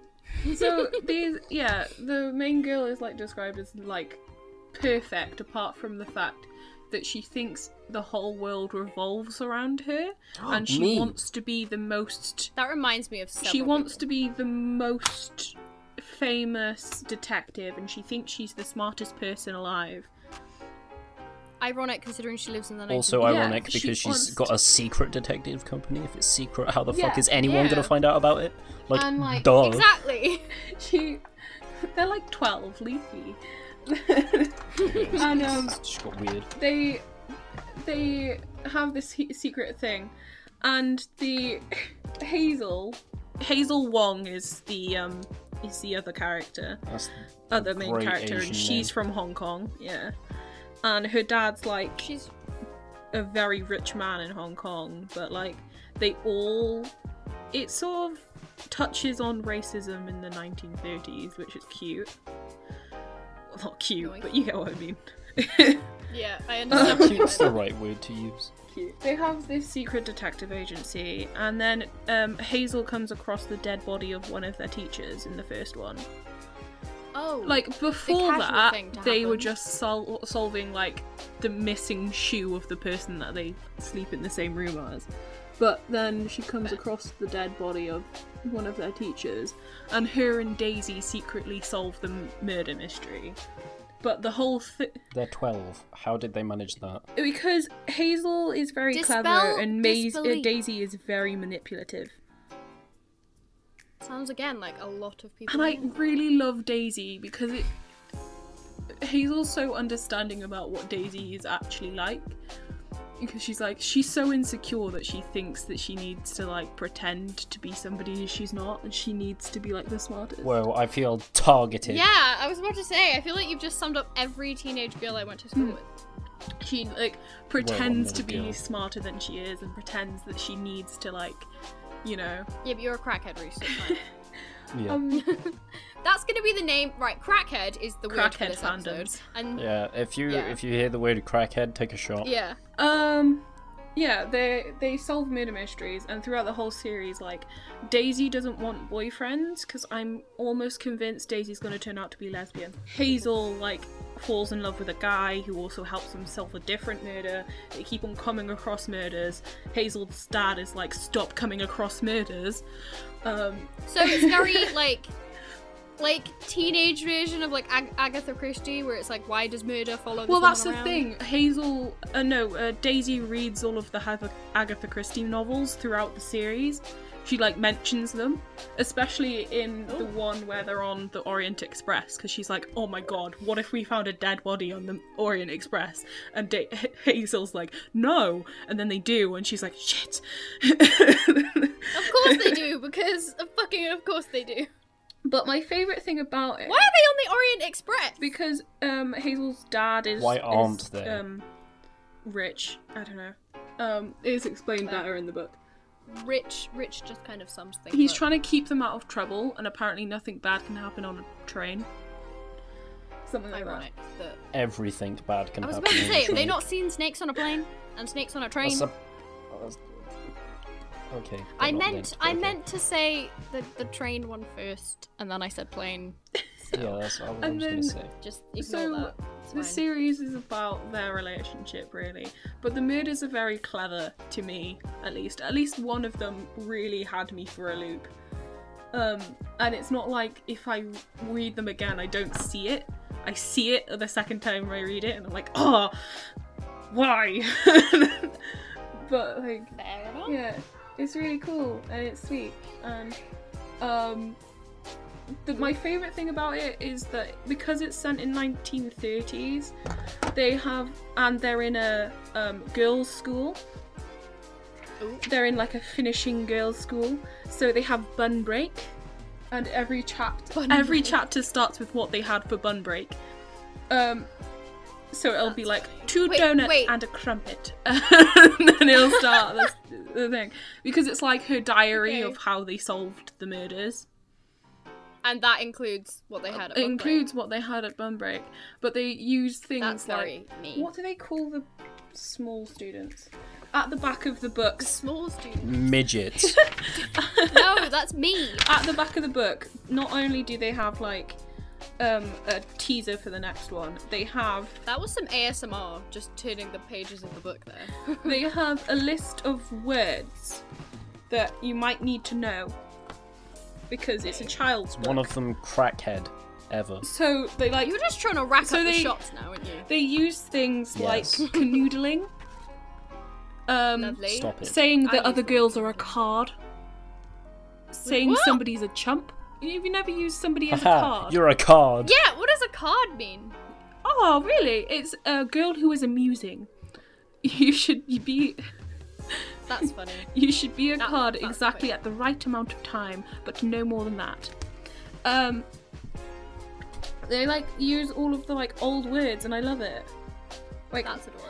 [SPEAKER 1] so these yeah, the main girl is like described as like perfect apart from the fact that she thinks the whole world revolves around her and she
[SPEAKER 5] Me.
[SPEAKER 1] wants to be the most
[SPEAKER 3] that reminds me of several
[SPEAKER 1] she wants
[SPEAKER 3] people.
[SPEAKER 1] to be the most famous detective and she thinks she's the smartest person alive.
[SPEAKER 3] ironic considering she lives in the 19th
[SPEAKER 5] Also
[SPEAKER 1] Yeah,
[SPEAKER 5] ironic
[SPEAKER 1] she
[SPEAKER 5] because she has
[SPEAKER 1] wants
[SPEAKER 5] got
[SPEAKER 1] to-
[SPEAKER 5] a secret detective company. If it's secret, how the fuck
[SPEAKER 1] Yeah,
[SPEAKER 5] is anyone
[SPEAKER 3] yeah.
[SPEAKER 5] gonna find out about it? Like,
[SPEAKER 3] and like
[SPEAKER 5] duh.
[SPEAKER 3] exactly
[SPEAKER 1] She they're like 12, leafy. and um
[SPEAKER 5] It's just got weird.
[SPEAKER 1] they they have this he- secret thing and the hazel hazel wong is the um is the other character
[SPEAKER 5] That's
[SPEAKER 1] other main
[SPEAKER 5] great
[SPEAKER 1] character
[SPEAKER 5] Asian
[SPEAKER 1] and she's
[SPEAKER 5] name.
[SPEAKER 1] from hong kong yeah and her dad's like
[SPEAKER 3] she's
[SPEAKER 1] a very rich man in Hong Kong, but like they all it sort of touches on racism in the 1930s, which is cute. Well, not cute,
[SPEAKER 3] Nice.
[SPEAKER 1] but you get what I mean.
[SPEAKER 3] yeah i understand what you
[SPEAKER 5] Cute's the
[SPEAKER 3] meant.
[SPEAKER 5] right word to use.
[SPEAKER 1] cute. They have this secret detective agency, and then um, Hazel comes across the dead body of one of their teachers in the first one.
[SPEAKER 3] oh
[SPEAKER 1] Like before
[SPEAKER 3] casual
[SPEAKER 1] that,
[SPEAKER 3] thing to
[SPEAKER 1] they were
[SPEAKER 3] happen.
[SPEAKER 1] just sol- solving like the missing shoe of the person that they sleep in the same room as. But then she comes across the dead body of one of their teachers, and her and Daisy secretly solve the m- murder mystery. but the whole thing
[SPEAKER 5] They're 12. How did they manage that?
[SPEAKER 1] because Hazel is very
[SPEAKER 3] Dispel
[SPEAKER 1] clever and Maze- uh,
[SPEAKER 3] disbelief.
[SPEAKER 1] Daisy is very manipulative.
[SPEAKER 3] Sounds again like a lot of people.
[SPEAKER 1] And I really love Daisy because it Hazel's so understanding about what Daisy is actually like. Because she's like she's so insecure that she thinks that she needs to like pretend to be somebody she's not and she needs to be like the smartest.
[SPEAKER 5] Whoa, I feel targeted.
[SPEAKER 3] yeah, I was about to say. I feel like you've just summed up every teenage girl I went to
[SPEAKER 1] Hmm.
[SPEAKER 3] school with.
[SPEAKER 1] She like pretends
[SPEAKER 5] another
[SPEAKER 1] to be
[SPEAKER 5] girl.
[SPEAKER 1] smarter than she is and pretends that she needs to like you know
[SPEAKER 3] Yeah, but you're a crackhead, Reese. so it's fine.
[SPEAKER 5] Yeah.
[SPEAKER 1] um
[SPEAKER 3] That's gonna be the name, right? Crackhead is the word for
[SPEAKER 1] Crackhead
[SPEAKER 3] this episode.
[SPEAKER 1] fandoms.
[SPEAKER 3] And yeah.
[SPEAKER 5] Yeah, if you
[SPEAKER 3] Yeah.
[SPEAKER 5] if you hear the word crackhead, take a shot.
[SPEAKER 1] Um, yeah, they they solve murder mysteries, and throughout the whole series, like Daisy doesn't want boyfriends because I'm almost convinced Daisy's gonna turn out to be lesbian. Hazel like falls in love with a guy who also helps him solve a different murder. They keep on coming across murders. Hazel's dad is like, stop coming across murders. Um,
[SPEAKER 3] So it's very like, like teenage version of like Ag- Agatha Christie, where it's like, why does murder follow? this
[SPEAKER 1] well, that's the
[SPEAKER 3] woman around?
[SPEAKER 1] thing. Hazel, uh, no, uh, Daisy reads all of the Hath- Agatha Christie novels throughout the series. She like mentions them, especially in the one where they're on the Orient Express, because she's like, "Oh my god, what if we found a dead body on the Orient Express?" And da- Hazel's like, "No," and then they do, and she's like, "Shit."
[SPEAKER 3] Of course they do, because of fucking, of course they do.
[SPEAKER 1] but my favorite thing about it,
[SPEAKER 3] Why are they on the Orient Express?
[SPEAKER 1] because um, Hazel's dad is
[SPEAKER 5] Why aren't
[SPEAKER 1] is,
[SPEAKER 5] they?
[SPEAKER 1] um, rich? I don't know. Um, it's explained better in the book.
[SPEAKER 3] Rich, Rich just kind of sums things.
[SPEAKER 1] He's
[SPEAKER 3] up.
[SPEAKER 1] trying to keep them out of trouble, and apparently nothing bad can happen on a train. Something like
[SPEAKER 3] ironic that
[SPEAKER 5] Everything bad can
[SPEAKER 3] I was
[SPEAKER 5] happen.
[SPEAKER 3] about to
[SPEAKER 5] on
[SPEAKER 3] say,
[SPEAKER 5] the
[SPEAKER 3] have they
[SPEAKER 5] train.
[SPEAKER 3] not seen snakes on a plane and snakes on a train?
[SPEAKER 5] That's a- that's- Okay. they're
[SPEAKER 3] I
[SPEAKER 5] not
[SPEAKER 3] meant,
[SPEAKER 5] linked,
[SPEAKER 3] I
[SPEAKER 5] okay.
[SPEAKER 3] meant to say the the train one first, and then I said plane.
[SPEAKER 5] Yeah, that's what I
[SPEAKER 1] And
[SPEAKER 5] was gonna
[SPEAKER 1] then-
[SPEAKER 5] say.
[SPEAKER 3] Just ignore
[SPEAKER 1] So,
[SPEAKER 3] that.
[SPEAKER 1] that.
[SPEAKER 3] It's
[SPEAKER 1] The
[SPEAKER 3] fine.
[SPEAKER 1] series is about their relationship, really. But the murders are very clever to me, at least. At least one of them really had me for a loop. Um, and it's not like if I read them again, I don't see it. I see it the second time I read it, and I'm like, oh, why? but like,
[SPEAKER 3] Fair enough.
[SPEAKER 1] Yeah, it's really cool and it's sweet. And um, the, my favorite thing about it is that because it's sent in 1930s, they have and they're in a um, girls' school.
[SPEAKER 3] Ooh.
[SPEAKER 1] They're in like a finishing girls' school, so they have bun break, and every chapter
[SPEAKER 3] Bun
[SPEAKER 1] every
[SPEAKER 3] break.
[SPEAKER 1] chapter starts with what they had for bun break. Um, so it'll be like two
[SPEAKER 3] Wait,
[SPEAKER 1] donuts
[SPEAKER 3] wait.
[SPEAKER 1] and a crumpet, and then it'll start the, the thing because it's like her diary
[SPEAKER 3] Okay.
[SPEAKER 1] of how they solved the murders.
[SPEAKER 3] And that includes what they had. at
[SPEAKER 1] It
[SPEAKER 3] Bumbray.
[SPEAKER 1] includes what they had at bun break, but they use things
[SPEAKER 3] That's
[SPEAKER 1] like
[SPEAKER 3] sorry, me.
[SPEAKER 1] what do they call the small students at the back of the books?
[SPEAKER 3] Small student.
[SPEAKER 5] Midgets.
[SPEAKER 3] no, that's me.
[SPEAKER 1] At the back of the book, not only do they have like um, a teaser for the next one, they have
[SPEAKER 3] That was some ASMR, just turning the pages of the book there.
[SPEAKER 1] they have a list of words that you might need to know because it's a child's book.
[SPEAKER 5] One of them crackhead ever.
[SPEAKER 1] so they like
[SPEAKER 3] You're just trying to rack
[SPEAKER 1] So
[SPEAKER 3] up the
[SPEAKER 1] they-
[SPEAKER 3] shots now, aren't you?
[SPEAKER 1] they use things
[SPEAKER 5] Yes.
[SPEAKER 1] like canoodling, um,
[SPEAKER 3] Lovely.
[SPEAKER 5] Mm. Stop it.
[SPEAKER 1] saying
[SPEAKER 3] I
[SPEAKER 1] that
[SPEAKER 3] use
[SPEAKER 1] other
[SPEAKER 3] them.
[SPEAKER 1] girls are a card, saying
[SPEAKER 3] what?
[SPEAKER 1] somebody's a chump. You've never used somebody as a
[SPEAKER 5] Haha,
[SPEAKER 1] card.
[SPEAKER 5] you're a card.
[SPEAKER 3] Yeah. What does a card mean?
[SPEAKER 1] Oh, really? It's a girl who is amusing. You should be
[SPEAKER 3] That's funny.
[SPEAKER 1] You should be a
[SPEAKER 3] That-
[SPEAKER 1] card
[SPEAKER 3] that's
[SPEAKER 1] exactly
[SPEAKER 3] quick.
[SPEAKER 1] at the right amount of time, but no more than that. Um, they like use all of the like old words, and I love it. Like
[SPEAKER 3] That's adorable.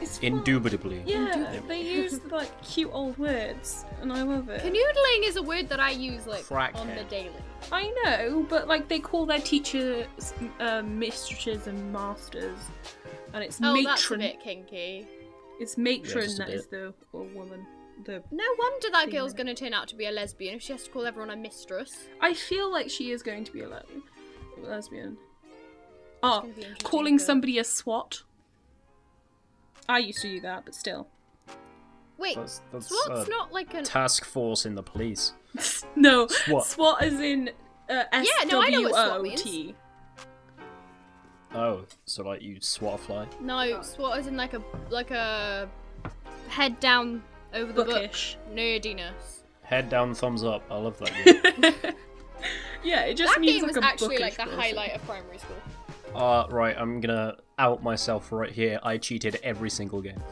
[SPEAKER 1] it's fun.
[SPEAKER 5] Indubitably.
[SPEAKER 1] Yeah, they use the, like cute old words, and I love it.
[SPEAKER 3] Canoodling is a word that I use like on the
[SPEAKER 5] Crackhead.
[SPEAKER 3] daily.
[SPEAKER 1] I know, but like they call their teachers uh, mistresses and masters, and it's
[SPEAKER 3] Oh, that's a
[SPEAKER 1] matron.
[SPEAKER 3] bit kinky.
[SPEAKER 1] It's matron
[SPEAKER 5] just a
[SPEAKER 1] that is
[SPEAKER 5] bit.
[SPEAKER 1] the or woman. The
[SPEAKER 3] No wonder that
[SPEAKER 1] Female.
[SPEAKER 3] girl's gonna turn out to be a lesbian if she has to call everyone a mistress.
[SPEAKER 1] I feel like she is going to be a le- lesbian.
[SPEAKER 3] gonna
[SPEAKER 1] Oh,
[SPEAKER 3] be interesting,
[SPEAKER 1] calling
[SPEAKER 3] but-
[SPEAKER 1] somebody a swat. I used to do that, but still.
[SPEAKER 3] Wait,
[SPEAKER 5] That's- that's,
[SPEAKER 3] swat's
[SPEAKER 5] uh,
[SPEAKER 3] not like an
[SPEAKER 5] Task force in the police.
[SPEAKER 1] no,
[SPEAKER 5] Swat.
[SPEAKER 1] swat is in uh, S
[SPEAKER 3] Yeah, no, I know
[SPEAKER 1] W
[SPEAKER 3] what swat
[SPEAKER 1] O T.
[SPEAKER 5] Oh, so like you swat a fly?
[SPEAKER 3] No, SWAT is in like a like a head down over the book.
[SPEAKER 1] Bookish.
[SPEAKER 3] Nerdiness.
[SPEAKER 5] Head down, thumbs up. I love that game.
[SPEAKER 1] yeah, it just
[SPEAKER 3] That
[SPEAKER 1] means
[SPEAKER 3] game
[SPEAKER 1] like
[SPEAKER 3] was
[SPEAKER 1] a
[SPEAKER 3] actually
[SPEAKER 1] bookish
[SPEAKER 3] like the
[SPEAKER 1] person.
[SPEAKER 3] highlight of primary school.
[SPEAKER 5] uh, right, I'm gonna out myself right here. I cheated every single game.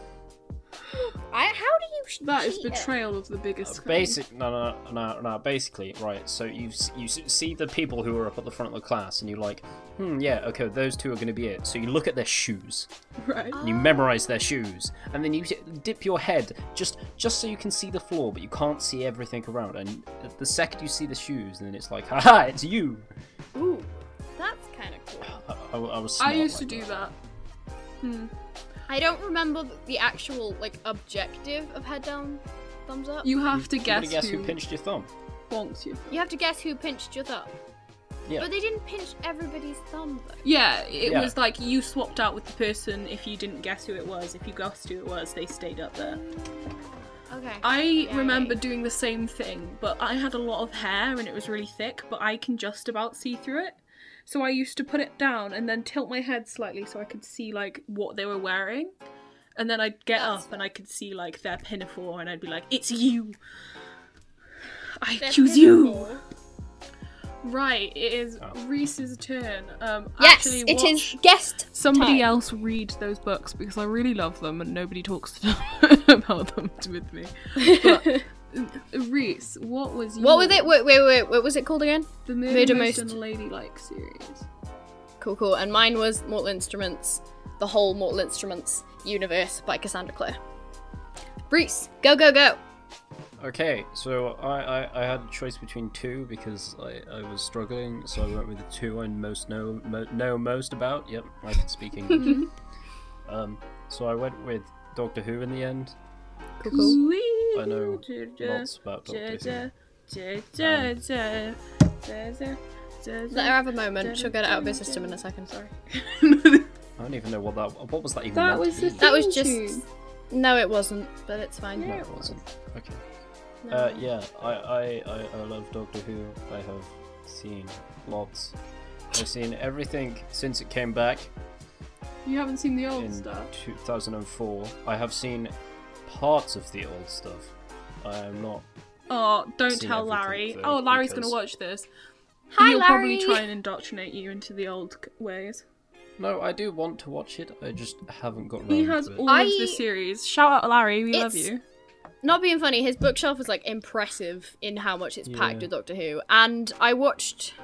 [SPEAKER 3] I how do you sh-
[SPEAKER 4] That is
[SPEAKER 3] cheat it?
[SPEAKER 4] betrayal of the biggest. kind.
[SPEAKER 5] Uh, Basic, no, no, no, no. Basically, right. So you s- you s- see the people who are up at the front of the class, and you're like, hmm, yeah, okay, those two are gonna be it. So you look at their shoes,
[SPEAKER 4] Right.
[SPEAKER 5] and you memorize their shoes, and then you d- dip your head just just so you can see the floor, but you can't see everything around. And the second you see the shoes, then it's like, haha, it's you.
[SPEAKER 3] Ooh, that's kind of cool.
[SPEAKER 5] I, I, I was.
[SPEAKER 4] I
[SPEAKER 5] smart
[SPEAKER 4] used to
[SPEAKER 5] like
[SPEAKER 4] do that.
[SPEAKER 3] I don't remember th- the actual like objective of head down, thumbs up. You,
[SPEAKER 4] You have to
[SPEAKER 5] You wanna
[SPEAKER 4] guess,
[SPEAKER 5] guess
[SPEAKER 4] who,
[SPEAKER 5] who pinched your thumb.
[SPEAKER 4] wants you.
[SPEAKER 3] have to guess who pinched your thumb.
[SPEAKER 5] Yeah.
[SPEAKER 3] But they didn't pinch everybody's thumb though.
[SPEAKER 1] Yeah, it
[SPEAKER 5] Yeah.
[SPEAKER 1] was like you swapped out with the person if you didn't guess who it was. If you guessed who it was, they stayed up there.
[SPEAKER 3] Okay.
[SPEAKER 1] I
[SPEAKER 3] Yay.
[SPEAKER 1] remember doing the same thing, but I had a lot of hair and it was really thick, but I can just about see through it. So I used to put it down and then tilt my head slightly so I could see like what they were wearing. And then I'd get
[SPEAKER 3] That's
[SPEAKER 1] up and I could see like their pinafore and I'd be like, "It's you. I
[SPEAKER 3] They're
[SPEAKER 1] choose you."
[SPEAKER 3] pitiful.
[SPEAKER 1] Right, it is
[SPEAKER 5] Oh.
[SPEAKER 1] Reese's turn. Um
[SPEAKER 3] Yes,
[SPEAKER 1] actually
[SPEAKER 3] it is
[SPEAKER 1] watch-
[SPEAKER 3] guessed.
[SPEAKER 1] Somebody
[SPEAKER 3] time.
[SPEAKER 1] else read those books because I really love them and nobody talks about them with me. But uh, Reese, what was
[SPEAKER 3] What was
[SPEAKER 1] your-
[SPEAKER 3] it? Wait, wait, wait. What was it called again?
[SPEAKER 4] The Murder,
[SPEAKER 3] Murder
[SPEAKER 4] Most,
[SPEAKER 3] Most.
[SPEAKER 4] and Ladylike series.
[SPEAKER 3] Cool, cool. And mine was Mortal Instruments, the whole Mortal Instruments universe by Cassandra Clare. Bruce, go, go, go.
[SPEAKER 5] Okay, so I, I, I had a choice between two because I, I was struggling, so I went with the two I most know mo- know most about. Yep, I can speak English. um, so I went with Doctor Who in the end.
[SPEAKER 3] Cool, cool.
[SPEAKER 5] I know
[SPEAKER 1] Is
[SPEAKER 5] lots about Doctor Who.
[SPEAKER 3] Let her have a moment. She'll get it out of her system in a second. Sorry.
[SPEAKER 5] I don't even know what that what was that even.
[SPEAKER 4] That
[SPEAKER 5] meant
[SPEAKER 4] was
[SPEAKER 5] to
[SPEAKER 4] the
[SPEAKER 5] be?
[SPEAKER 3] That was
[SPEAKER 4] theme
[SPEAKER 3] just-
[SPEAKER 4] tune.
[SPEAKER 3] No, it wasn't, but it's fine.
[SPEAKER 5] No, it wasn't. Okay. Uh, yeah, I, I, I, I love Doctor Who. I have seen lots. I've seen everything since it came back.
[SPEAKER 4] You haven't seen the old
[SPEAKER 5] in
[SPEAKER 4] stuff.
[SPEAKER 5] 2004. I have seen parts of the old stuff. I am not.
[SPEAKER 1] Oh, don't
[SPEAKER 5] Seen
[SPEAKER 1] tell
[SPEAKER 5] everything,
[SPEAKER 1] Larry.
[SPEAKER 5] though,
[SPEAKER 1] Oh, Larry's
[SPEAKER 5] because-
[SPEAKER 1] gonna watch this.
[SPEAKER 3] Hi,
[SPEAKER 1] He'll
[SPEAKER 3] Larry.
[SPEAKER 1] probably try and indoctrinate you into the old c- ways.
[SPEAKER 5] No, I do want to watch it. I just haven't got.
[SPEAKER 1] He
[SPEAKER 5] round
[SPEAKER 1] has
[SPEAKER 5] to it.
[SPEAKER 1] all of
[SPEAKER 3] I-
[SPEAKER 1] the series. Shout out Larry, we love
[SPEAKER 3] It's-
[SPEAKER 1] you.
[SPEAKER 3] Not being funny, his bookshelf is like impressive in how much it's packed
[SPEAKER 5] Yeah.
[SPEAKER 3] with Doctor Who. And I watched.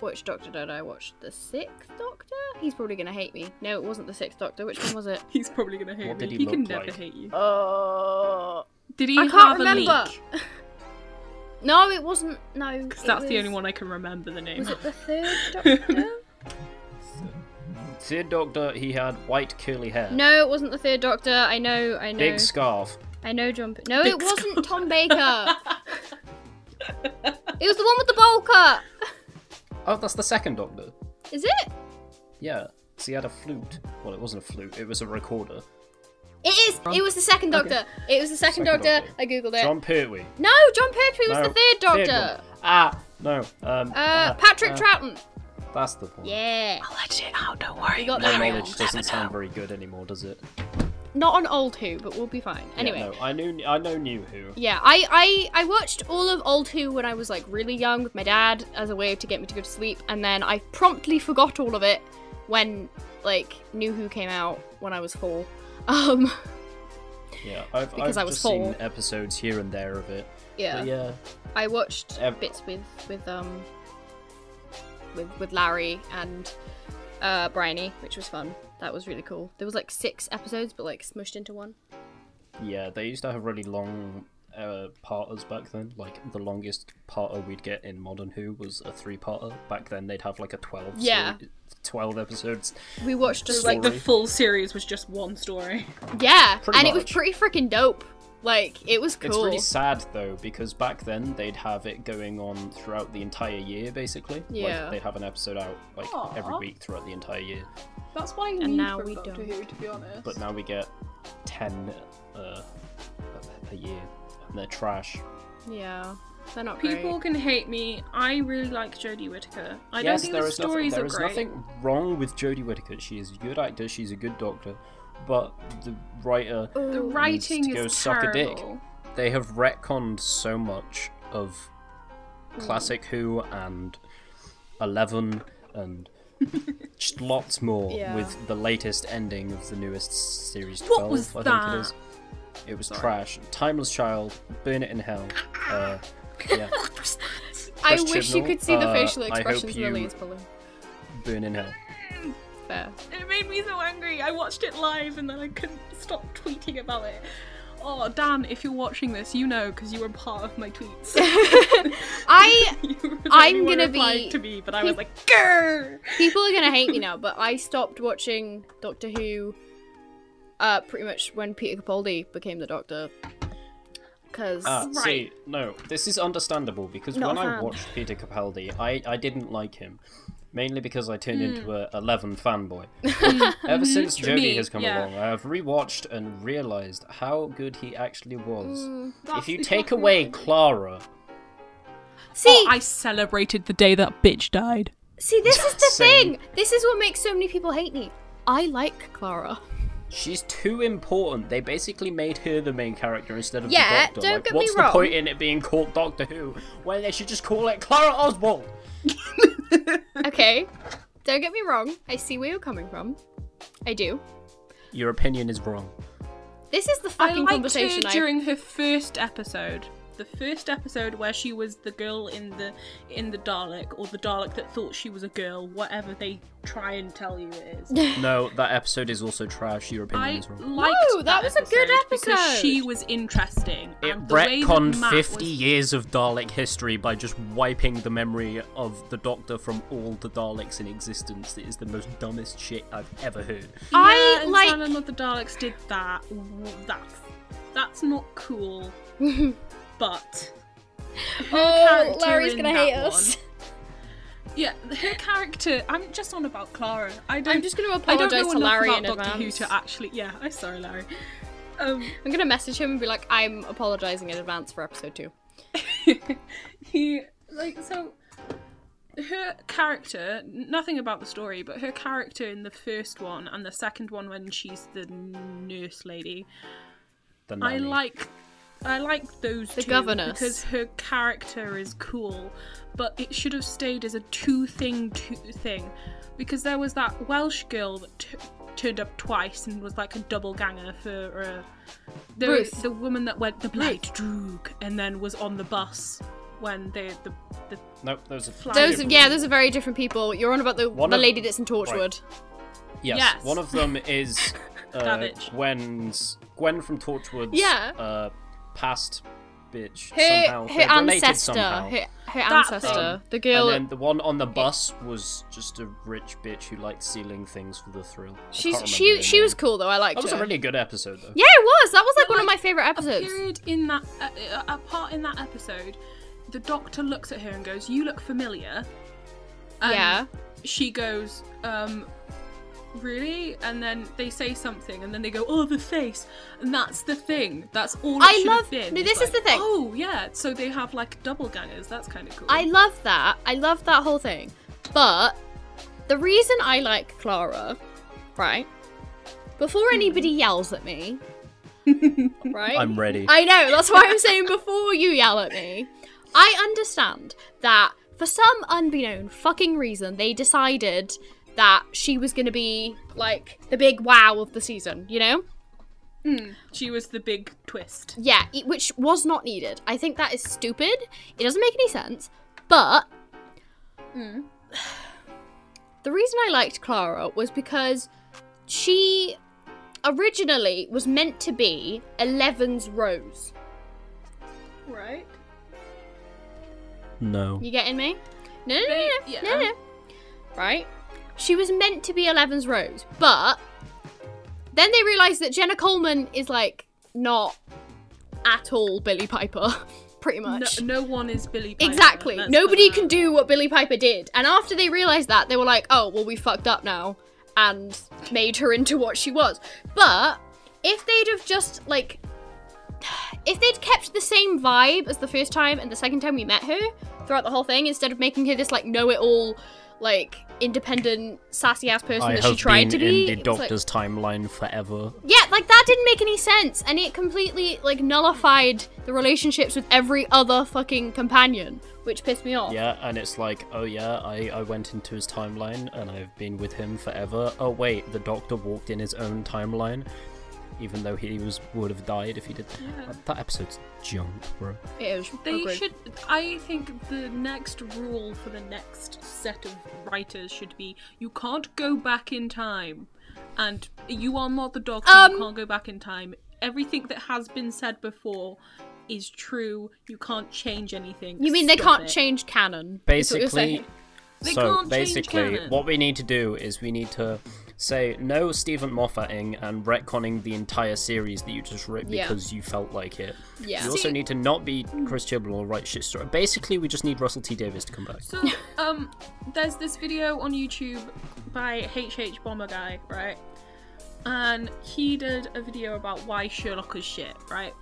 [SPEAKER 3] Which Doctor did I watch? The Sixth Doctor? He's probably gonna hate me. No, it wasn't the Sixth Doctor. Which one was it?
[SPEAKER 1] He's probably gonna hate
[SPEAKER 5] What
[SPEAKER 1] me.
[SPEAKER 5] did he
[SPEAKER 1] can
[SPEAKER 5] look
[SPEAKER 1] never
[SPEAKER 5] like?
[SPEAKER 1] hate you.
[SPEAKER 3] Oh.
[SPEAKER 1] Did he
[SPEAKER 3] I
[SPEAKER 1] Uh, have
[SPEAKER 3] can't
[SPEAKER 1] a
[SPEAKER 3] remember.
[SPEAKER 1] leak?
[SPEAKER 3] No, it wasn't. No,
[SPEAKER 1] Because
[SPEAKER 3] it
[SPEAKER 1] that's the
[SPEAKER 3] was-
[SPEAKER 1] only one I can remember the name.
[SPEAKER 3] Was
[SPEAKER 1] of.
[SPEAKER 3] it the third Doctor?
[SPEAKER 5] Third Doctor, he had white curly hair,
[SPEAKER 3] no, it wasn't the third Doctor. I know, I know,
[SPEAKER 5] big scarf.
[SPEAKER 3] I know. John. P- no,
[SPEAKER 1] Big
[SPEAKER 3] it wasn't Tom Baker. it was the one with the bowl cut.
[SPEAKER 5] Oh, that's the second Doctor.
[SPEAKER 3] Is it?
[SPEAKER 5] Yeah, 'cause he had a flute. Well, it wasn't a flute. It was a recorder.
[SPEAKER 3] It is. It was the second Doctor. It was the second,
[SPEAKER 5] Second
[SPEAKER 3] Doctor.
[SPEAKER 5] Doctor.
[SPEAKER 3] I googled it.
[SPEAKER 5] John Pertwee.
[SPEAKER 3] No, John Pertwee was
[SPEAKER 5] No,
[SPEAKER 3] the third
[SPEAKER 5] third
[SPEAKER 3] Doctor.
[SPEAKER 5] one. Ah, no. Um,
[SPEAKER 3] uh, Patrick Troughton.
[SPEAKER 5] That's the one.
[SPEAKER 3] Yeah.
[SPEAKER 1] I'll edit it out. Oh, Don't worry.
[SPEAKER 3] We got
[SPEAKER 5] My
[SPEAKER 3] that right.
[SPEAKER 5] knowledge doesn't sound very good anymore, does it?
[SPEAKER 3] Not on old Who, but we'll be fine.
[SPEAKER 5] Yeah,
[SPEAKER 3] Anyway.
[SPEAKER 5] no, I knew. I know new who.
[SPEAKER 3] Yeah, I, I I watched all of Old Who when I was like really young with my dad as a way to get me to go to sleep, and then I promptly forgot all of it when like New Who came out when I was four. Um,
[SPEAKER 5] Yeah, I've,
[SPEAKER 3] Because
[SPEAKER 5] I've
[SPEAKER 3] I was
[SPEAKER 5] just
[SPEAKER 3] four. Oh.
[SPEAKER 5] seen episodes here and there of it.
[SPEAKER 3] yeah,
[SPEAKER 5] But yeah,
[SPEAKER 3] I watched
[SPEAKER 5] Ev-
[SPEAKER 3] bits with with um with with Larry and uh Bryony, which was fun. That was really cool. There was like six episodes, but like smushed into one.
[SPEAKER 5] Yeah, they used to have really long uh, parters back then. Like the longest parter we'd get in Modern Who was a three-parter. Back then they'd have like a twelve.
[SPEAKER 3] Yeah.
[SPEAKER 5] seri- twelve episodes.
[SPEAKER 3] We watched just like
[SPEAKER 1] Like the full series was just one story.
[SPEAKER 3] yeah,
[SPEAKER 5] Pretty
[SPEAKER 3] and it was
[SPEAKER 5] much.
[SPEAKER 3] pretty freaking dope. Like it was cool.
[SPEAKER 5] It's really sad though because back then they'd have it going on throughout the entire year, basically.
[SPEAKER 3] Yeah.
[SPEAKER 5] Like, they'd have an episode out like every
[SPEAKER 4] Aw.
[SPEAKER 5] week throughout the entire year.
[SPEAKER 4] That's why I need
[SPEAKER 3] now
[SPEAKER 4] from
[SPEAKER 3] we
[SPEAKER 4] Doctor
[SPEAKER 3] don't.
[SPEAKER 4] Who, to be honest.
[SPEAKER 5] But now we get ten uh, a year, and they're trash.
[SPEAKER 3] Yeah. They're not
[SPEAKER 1] People
[SPEAKER 3] great.
[SPEAKER 1] can hate me. I really like Jodie Whittaker. I
[SPEAKER 5] yes,
[SPEAKER 1] don't think
[SPEAKER 5] there
[SPEAKER 1] the
[SPEAKER 5] is nothing-
[SPEAKER 1] stories
[SPEAKER 5] there
[SPEAKER 1] are
[SPEAKER 5] is
[SPEAKER 1] great.
[SPEAKER 5] nothing wrong with Jodie Whittaker. She is a good actor. She's a good doctor, but the writer
[SPEAKER 1] The
[SPEAKER 3] Ooh.
[SPEAKER 1] writing
[SPEAKER 5] go
[SPEAKER 1] is
[SPEAKER 5] suck a dick.
[SPEAKER 1] terrible.
[SPEAKER 5] they have retconned so much of
[SPEAKER 3] Mm.
[SPEAKER 5] classic Who and Eleven and just lots more
[SPEAKER 3] Yeah.
[SPEAKER 5] with the latest ending of the newest series.
[SPEAKER 1] What
[SPEAKER 5] 12,
[SPEAKER 1] was
[SPEAKER 5] I think
[SPEAKER 1] that?
[SPEAKER 5] it is. It was trash. Timeless Child, burn it in hell. Uh, yeah,
[SPEAKER 3] I
[SPEAKER 5] Chris
[SPEAKER 3] wish you
[SPEAKER 5] Chibnall,
[SPEAKER 3] could see the
[SPEAKER 5] uh,
[SPEAKER 3] facial
[SPEAKER 5] I hope
[SPEAKER 3] expressions
[SPEAKER 5] you-
[SPEAKER 3] Lily is pulling.
[SPEAKER 5] burn in hell.
[SPEAKER 3] Fair.
[SPEAKER 1] It made me so angry. I watched it live and then I couldn't stop tweeting about it. Oh, Dan, if you're watching this, you know because you were part of my tweets.
[SPEAKER 3] I
[SPEAKER 1] You were the
[SPEAKER 3] I'm
[SPEAKER 1] only one
[SPEAKER 3] gonna
[SPEAKER 1] replied
[SPEAKER 3] be-
[SPEAKER 1] to me, but I was like, grrr.
[SPEAKER 3] people are gonna hate me now, but I stopped watching Doctor Who uh pretty much when Peter Capaldi became the Doctor. Cause
[SPEAKER 5] Ah,
[SPEAKER 1] Right.
[SPEAKER 5] see, no, this is understandable because
[SPEAKER 3] Not a
[SPEAKER 5] when I
[SPEAKER 3] fan.
[SPEAKER 5] watched Peter Capaldi, I, I didn't like him, mainly because I turned
[SPEAKER 3] Hmm.
[SPEAKER 5] into a Eleven fanboy. Ever
[SPEAKER 3] Mhm.
[SPEAKER 5] since Jodie
[SPEAKER 1] Me,
[SPEAKER 5] has come
[SPEAKER 1] yeah.
[SPEAKER 5] along, I have rewatched and realized how good he actually was. if
[SPEAKER 3] Mm,
[SPEAKER 4] That's
[SPEAKER 5] you
[SPEAKER 4] exactly
[SPEAKER 5] take away
[SPEAKER 4] what I mean.
[SPEAKER 5] Clara,
[SPEAKER 3] see
[SPEAKER 1] Oh, I celebrated the day that bitch died.
[SPEAKER 3] see this is the
[SPEAKER 5] Same.
[SPEAKER 3] thing. This is what makes so many people hate me. I like Clara.
[SPEAKER 5] she's too important. They basically made her the main character instead of
[SPEAKER 3] Yeah,
[SPEAKER 5] the Doctor.
[SPEAKER 3] don't
[SPEAKER 5] like,
[SPEAKER 3] get me
[SPEAKER 5] what's the
[SPEAKER 3] wrong.
[SPEAKER 5] point in it being called Doctor Who when they should just call it Clara Oswald?
[SPEAKER 3] Okay. Don't get me wrong, I see where you're coming from. I do.
[SPEAKER 5] Your opinion is wrong.
[SPEAKER 3] This is the
[SPEAKER 1] I
[SPEAKER 3] fucking
[SPEAKER 1] liked her
[SPEAKER 3] conversation I
[SPEAKER 1] during her first episode. The first episode where she was the girl in the in the Dalek, or the Dalek that thought she was a girl, whatever they try and tell you it is.
[SPEAKER 5] No, that episode is also trash. Your opinion
[SPEAKER 1] I
[SPEAKER 5] is wrong.
[SPEAKER 1] liked
[SPEAKER 3] No, that was a good
[SPEAKER 1] because
[SPEAKER 3] episode.
[SPEAKER 1] she was interesting.
[SPEAKER 5] It
[SPEAKER 1] and the way that
[SPEAKER 5] retconned
[SPEAKER 1] Matt
[SPEAKER 5] 50
[SPEAKER 1] was-
[SPEAKER 5] years of Dalek history by just wiping the memory of the Doctor from all the Daleks in existence. It is the most dumbest shit I've ever heard.
[SPEAKER 3] I
[SPEAKER 1] yeah, and
[SPEAKER 3] like-
[SPEAKER 1] Silence of the Daleks did that. Ooh, That's that's not cool. but
[SPEAKER 3] Oh,
[SPEAKER 1] character
[SPEAKER 3] Larry's
[SPEAKER 1] in
[SPEAKER 3] gonna
[SPEAKER 1] that
[SPEAKER 3] hate us.
[SPEAKER 1] yeah, her character. I'm just on about Clara. I don't.
[SPEAKER 3] I'm just gonna
[SPEAKER 1] I don't know
[SPEAKER 3] apologize to
[SPEAKER 1] enough
[SPEAKER 3] Larry
[SPEAKER 1] about
[SPEAKER 3] in
[SPEAKER 1] Doctor
[SPEAKER 3] advance.
[SPEAKER 1] Who to actually. Yeah, I'm sorry, Larry. Um,
[SPEAKER 3] I'm gonna message him and be like, I'm apologizing in advance for episode two.
[SPEAKER 1] he like so her character nothing about the story but her character in the first one and the second one when she's the nurse lady
[SPEAKER 5] The
[SPEAKER 1] i
[SPEAKER 5] nanny.
[SPEAKER 1] like i like those
[SPEAKER 3] The
[SPEAKER 1] two
[SPEAKER 3] governess.
[SPEAKER 1] because her character is cool but it should have stayed as a two thing two thing because there was that welsh girl that t- turned up twice and was like a double ganger for uh, the
[SPEAKER 3] Ruth.
[SPEAKER 1] the woman that went the blight droog and then was on the bus when they the, the
[SPEAKER 5] Nope, those are
[SPEAKER 1] Fly-
[SPEAKER 3] Those,
[SPEAKER 1] Different
[SPEAKER 3] yeah, those are very different people. You're on about the
[SPEAKER 5] One
[SPEAKER 3] the
[SPEAKER 5] of-
[SPEAKER 3] lady that's in Torchwood.
[SPEAKER 5] Yes,
[SPEAKER 1] Yes.
[SPEAKER 5] one of them is uh,
[SPEAKER 1] That bitch.
[SPEAKER 5] Gwen's Gwen from Torchwood's
[SPEAKER 3] Yeah.
[SPEAKER 5] uh, past bitch somehow.
[SPEAKER 3] Her, her
[SPEAKER 5] They're related
[SPEAKER 3] ancestor,
[SPEAKER 5] somehow.
[SPEAKER 3] her, her
[SPEAKER 1] That
[SPEAKER 3] ancestor,
[SPEAKER 1] thing.
[SPEAKER 3] the
[SPEAKER 5] And
[SPEAKER 3] girl.
[SPEAKER 5] then the one on the bus was just a rich bitch who liked stealing things for the thrill. I
[SPEAKER 3] she's
[SPEAKER 5] can't remember
[SPEAKER 3] she
[SPEAKER 5] her
[SPEAKER 3] she was
[SPEAKER 5] name.
[SPEAKER 3] cool though. I liked
[SPEAKER 5] That was
[SPEAKER 3] her.
[SPEAKER 5] a really good episode though.
[SPEAKER 3] yeah, it was. That was like one of my
[SPEAKER 1] like,
[SPEAKER 3] favorite episodes.
[SPEAKER 1] A period in that, uh, a part in that episode, the doctor looks at her and goes, "You look familiar." And
[SPEAKER 3] yeah,
[SPEAKER 1] She goes, um, "Really?" And then they say something, and then they go, "Oh, the face," and that's the thing. That's all. It
[SPEAKER 3] I
[SPEAKER 1] should
[SPEAKER 3] love-
[SPEAKER 1] Have been.
[SPEAKER 3] no,
[SPEAKER 1] It's
[SPEAKER 3] this is
[SPEAKER 1] like,
[SPEAKER 3] the thing.
[SPEAKER 1] Oh yeah, so they have like double gangers. That's kind of cool.
[SPEAKER 3] I love that. I love that whole thing. But the reason I like Clara, right? Before
[SPEAKER 1] Hmm.
[SPEAKER 3] anybody yells at me, right?
[SPEAKER 5] I'm ready.
[SPEAKER 3] I know, that's why I'm saying before you yell at me. I understand that for some unbeknown fucking reason, they decided that she was gonna be like the big wow of the season, you know?
[SPEAKER 1] She was the big twist.
[SPEAKER 3] Yeah, it- which was not needed. I think that is stupid. It doesn't make any sense. But the reason I liked Clara was because she originally was meant to be Eleven's Rose.
[SPEAKER 1] Right.
[SPEAKER 5] No.
[SPEAKER 3] You getting me? No, no, no, no,
[SPEAKER 1] They-
[SPEAKER 3] no,
[SPEAKER 1] yeah.
[SPEAKER 3] no, no. Right? She was meant to be Eleven's Rose, but then they realised that Jenna Coleman is like not at all Billy Piper, pretty
[SPEAKER 1] No,
[SPEAKER 3] much.
[SPEAKER 1] no one is Billy. Piper.
[SPEAKER 3] Exactly.
[SPEAKER 1] Let's
[SPEAKER 3] Nobody
[SPEAKER 1] put
[SPEAKER 3] can
[SPEAKER 1] that-
[SPEAKER 3] do what Billy Piper did. And after they realized that, they were like, oh, well, we fucked up now and made her into what she was. But if they'd have just, like, if they'd kept the same vibe as the first time and the second time we met her throughout the whole thing, instead of making her this like know-it-all, like independent, sassy ass person
[SPEAKER 5] I
[SPEAKER 3] that
[SPEAKER 5] have
[SPEAKER 3] she tried
[SPEAKER 5] been
[SPEAKER 3] to be,
[SPEAKER 5] in the
[SPEAKER 3] it was like-
[SPEAKER 5] doctor's timeline forever.
[SPEAKER 3] yeah, like that didn't make any sense, and it completely like nullified the relationships with every other fucking companion, which pissed me off.
[SPEAKER 5] Yeah, and it's like, oh yeah, I, I went into his timeline and I've been with him forever. Oh wait, the doctor walked in his own timeline, even though he was would have died if he did.
[SPEAKER 1] Yeah.
[SPEAKER 5] That episode's junk, bro.
[SPEAKER 3] It was
[SPEAKER 1] They
[SPEAKER 3] agreed.
[SPEAKER 1] should. I think the next rule for the next set of writers should be: you can't go back in time, and you are not the doctor.
[SPEAKER 3] Um,
[SPEAKER 1] you can't go back in time. Everything that has been said before is true. You can't change anything.
[SPEAKER 3] You mean they
[SPEAKER 1] Stop
[SPEAKER 3] can't
[SPEAKER 1] it.
[SPEAKER 3] change canon? is what you're
[SPEAKER 5] Basically,
[SPEAKER 3] saying.
[SPEAKER 1] They
[SPEAKER 5] so
[SPEAKER 1] can't change
[SPEAKER 5] basically,
[SPEAKER 1] canon.
[SPEAKER 5] what we need to do is we need to say no Stephen Moffating and retconning the entire series that you just wrote
[SPEAKER 3] Yeah.
[SPEAKER 5] because you felt like it.
[SPEAKER 3] Yeah.
[SPEAKER 5] You also
[SPEAKER 1] See-
[SPEAKER 5] need to not be Chris Chibnall or write shit story. Basically, we just need Russell T Davis to come back.
[SPEAKER 1] So, um, there's this video on YouTube by HH Bomber Guy, right? And he did a video about why Sherlock is shit, right?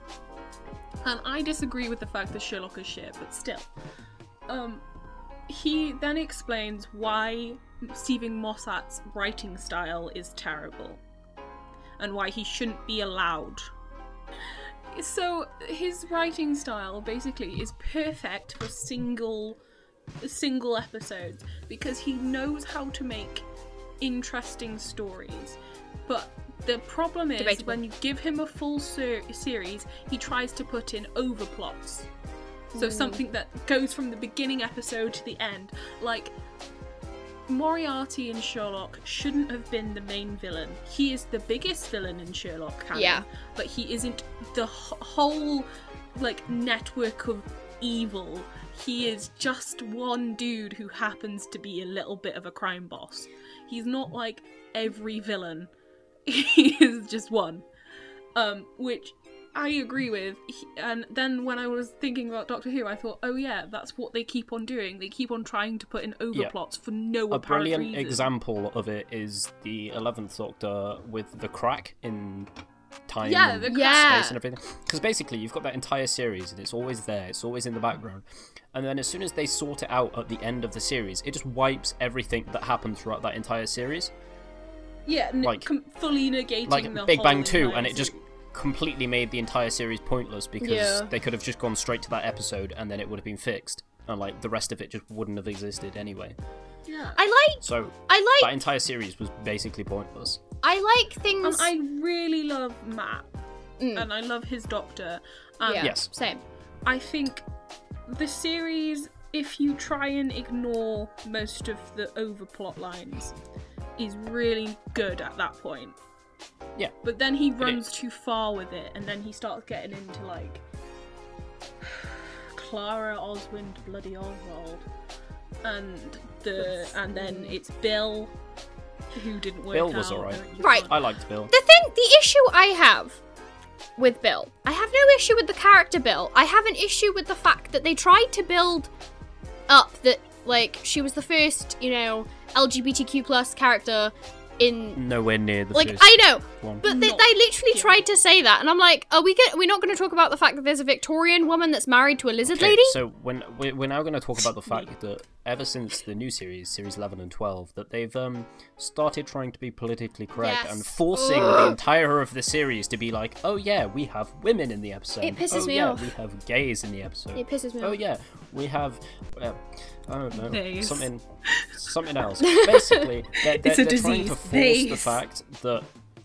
[SPEAKER 1] And I disagree with the fact that Sherlock is shit, but still. Um, he then explains why Stephen Mossat's writing style is terrible and why he shouldn't be allowed. So his writing style basically is perfect for single single episodes because he knows how to make interesting stories. But the problem is
[SPEAKER 3] Debatable.
[SPEAKER 1] when you give him a full ser- series, he tries to put in overplots. So something that goes from the beginning episode to the end, like Moriarty in Sherlock shouldn't have been the main villain. He is the biggest villain in Sherlock canon,
[SPEAKER 3] Yeah.
[SPEAKER 1] but he isn't the h- whole like network of evil. He is just one dude who happens to be a little bit of a crime boss. He's not like every villain. he is just one. Um, which I agree with. He- And then when I was thinking about Doctor Who, I thought, oh yeah, that's what they keep on doing. They keep on trying to put in overplots for no
[SPEAKER 5] a
[SPEAKER 1] apparent
[SPEAKER 5] brilliant
[SPEAKER 1] reason.
[SPEAKER 5] example of it is the 11th Doctor with the crack in time
[SPEAKER 1] Yeah,
[SPEAKER 5] and
[SPEAKER 1] the
[SPEAKER 5] space
[SPEAKER 3] crack.
[SPEAKER 5] and everything. Because basically, you've got that entire series and it's always there, it's always in the background. And then as soon as they sort it out at the end of the series, it just wipes everything that happened throughout that entire series.
[SPEAKER 1] Yeah, n-
[SPEAKER 5] like-
[SPEAKER 1] com- fully negating the
[SPEAKER 5] Like Big
[SPEAKER 1] whole
[SPEAKER 5] Bang 2,
[SPEAKER 1] entire
[SPEAKER 5] and it just
[SPEAKER 1] series.
[SPEAKER 5] completely made the entire series pointless because
[SPEAKER 3] Yeah.
[SPEAKER 5] they could have just gone straight to that episode and then it would have been fixed. And like the rest of it just wouldn't have existed anyway.
[SPEAKER 3] I like.
[SPEAKER 5] So
[SPEAKER 3] I
[SPEAKER 5] that
[SPEAKER 3] like.
[SPEAKER 5] entire series was basically pointless.
[SPEAKER 3] I like
[SPEAKER 1] And
[SPEAKER 3] things.
[SPEAKER 1] um, I really love Matt,
[SPEAKER 3] Mm.
[SPEAKER 1] and I love his Doctor. um, And
[SPEAKER 3] yeah,
[SPEAKER 5] Yes.
[SPEAKER 3] Same.
[SPEAKER 1] I think the series, if you try and ignore most of the overplot lines, is really good at that point.
[SPEAKER 5] Yeah.
[SPEAKER 1] But then he
[SPEAKER 5] is.
[SPEAKER 1] runs too far with it, and then he starts getting into like Clara Oswind, bloody Oswald, and the and then it's Bill, who didn't work
[SPEAKER 5] Bill was
[SPEAKER 1] out,
[SPEAKER 5] alright.
[SPEAKER 1] and it just
[SPEAKER 3] Right.
[SPEAKER 1] went-
[SPEAKER 5] I liked Bill.
[SPEAKER 3] The thing, the issue I have with Bill, I have no issue with the character Bill. I have an issue with the fact that they tried to build up that like she was the first, you know, LGBTQ plus character in
[SPEAKER 5] Nowhere near the
[SPEAKER 3] like
[SPEAKER 5] first
[SPEAKER 3] I know,
[SPEAKER 5] one.
[SPEAKER 3] but they,
[SPEAKER 1] Not
[SPEAKER 3] they literally
[SPEAKER 1] given.
[SPEAKER 3] tried to say that, and I'm like, are we get we're not going to talk about the fact that there's a Victorian woman that's married to a lizard
[SPEAKER 5] Okay,
[SPEAKER 3] lady?
[SPEAKER 5] So when we're, we're now going to talk about the fact that ever since the new series, series eleven and twelve, that they've um started trying to be politically correct
[SPEAKER 3] Yes.
[SPEAKER 5] and forcing the entire of the series to be like, oh yeah, we have women in the episode.
[SPEAKER 3] It pisses
[SPEAKER 5] oh,
[SPEAKER 3] me
[SPEAKER 5] yeah,
[SPEAKER 3] off.
[SPEAKER 5] We have gays in the episode.
[SPEAKER 3] It pisses me
[SPEAKER 5] Oh
[SPEAKER 3] off.
[SPEAKER 5] yeah, we have. Uh, I don't know
[SPEAKER 1] Gays.
[SPEAKER 5] something, something else. Basically, they're, they're,
[SPEAKER 1] It's a
[SPEAKER 5] they're trying
[SPEAKER 1] disease.
[SPEAKER 5] to force the
[SPEAKER 1] Gays.
[SPEAKER 5] fact that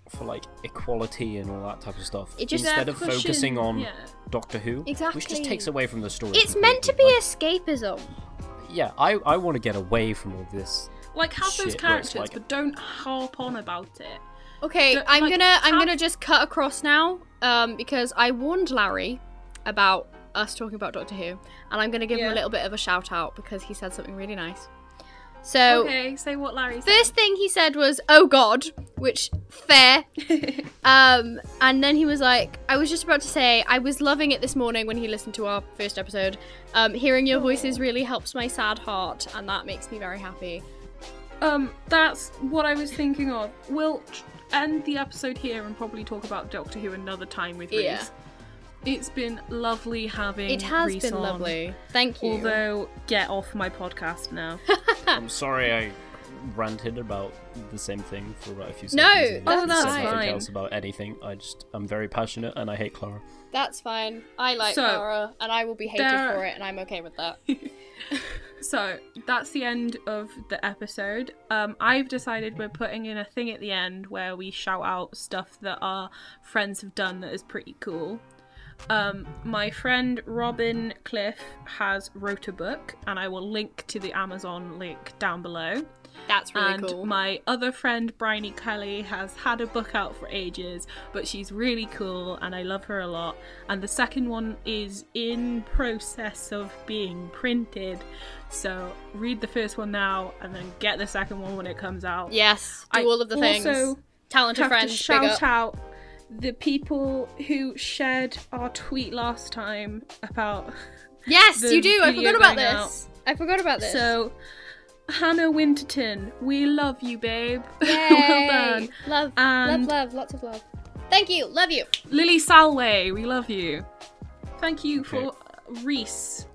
[SPEAKER 5] for like equality and all that type of stuff.
[SPEAKER 3] It just-
[SPEAKER 5] instead
[SPEAKER 1] They're
[SPEAKER 5] of
[SPEAKER 1] pushing-
[SPEAKER 5] focusing on
[SPEAKER 1] yeah.
[SPEAKER 5] Doctor Who, which
[SPEAKER 3] Exactly.
[SPEAKER 5] just takes away from the story.
[SPEAKER 3] It's meant to be
[SPEAKER 5] completely.
[SPEAKER 3] escapism.
[SPEAKER 5] Like, yeah, I I want to get away from all this.
[SPEAKER 1] Like have
[SPEAKER 5] Shit, where
[SPEAKER 1] those
[SPEAKER 5] it's
[SPEAKER 1] characters,
[SPEAKER 5] like-
[SPEAKER 1] but don't harp on about it.
[SPEAKER 3] Okay,
[SPEAKER 1] Don't-
[SPEAKER 3] I'm
[SPEAKER 1] like,
[SPEAKER 3] gonna I'm
[SPEAKER 1] how-
[SPEAKER 3] gonna just cut across now, um, because I warned Larry about us talking about Doctor Who, and I'm gonna give him a
[SPEAKER 1] Yeah.
[SPEAKER 3] little bit of a shout out because he said something really nice. So
[SPEAKER 1] okay, say what Larry said.
[SPEAKER 3] first thing he said was, "Oh God," which fair. um, and then he was like, "I was just about to say I was loving it this morning when he listened to our first episode. Um, hearing
[SPEAKER 1] Oh.
[SPEAKER 3] your voices really helps my sad heart, and that makes me very happy."
[SPEAKER 1] Um, that's what I was thinking of. We'll tr- end the episode here and probably talk about Doctor Who another time with Reese.
[SPEAKER 3] Yeah.
[SPEAKER 1] It's been lovely having.
[SPEAKER 3] It has
[SPEAKER 1] Mm, Reese
[SPEAKER 3] been
[SPEAKER 1] on,
[SPEAKER 3] lovely. Thank you.
[SPEAKER 1] Although, get off my podcast now.
[SPEAKER 5] I'm sorry I ranted about the same thing for about a few seconds.
[SPEAKER 3] No,
[SPEAKER 5] and then
[SPEAKER 3] that's
[SPEAKER 5] said nothing
[SPEAKER 1] Oh, fine.
[SPEAKER 5] else about anything. I just I'm very passionate and I hate Clara.
[SPEAKER 3] That's fine. I like
[SPEAKER 1] So,
[SPEAKER 3] Clara, and I will be hated
[SPEAKER 1] there-
[SPEAKER 3] for it, and I'm okay with that.
[SPEAKER 1] So that's the end of the episode. Um, I've decided we're putting in a thing at the end where we shout out stuff that our friends have done that is pretty cool. Um, my friend Robin Cliff has wrote a book, and I will link to the Amazon link down below.
[SPEAKER 3] That's really
[SPEAKER 1] and
[SPEAKER 3] cool.
[SPEAKER 1] my other friend Bryony Kelly has had a book out for ages, but she's really cool and I love her a lot. And the second one is in process of being printed. So read the first one now and then get the second one when it comes out.
[SPEAKER 3] yes, do
[SPEAKER 1] I
[SPEAKER 3] all of the things.
[SPEAKER 1] also
[SPEAKER 3] Talented
[SPEAKER 1] have
[SPEAKER 3] friends,
[SPEAKER 1] to
[SPEAKER 3] big
[SPEAKER 1] shout
[SPEAKER 3] up.
[SPEAKER 1] out the people who shared our tweet last time about
[SPEAKER 3] Yes,
[SPEAKER 1] the
[SPEAKER 3] you do. I
[SPEAKER 1] video
[SPEAKER 3] forgot about
[SPEAKER 1] going out.
[SPEAKER 3] this. I forgot about this.
[SPEAKER 1] so Hannah Winterton, we love you, babe.
[SPEAKER 3] Yay.
[SPEAKER 1] well done.
[SPEAKER 3] Love,
[SPEAKER 1] And-
[SPEAKER 3] love, love, lots of love. Thank you, love you.
[SPEAKER 1] Lily Salway, we love you. Thank you
[SPEAKER 5] Okay.
[SPEAKER 1] for Reese.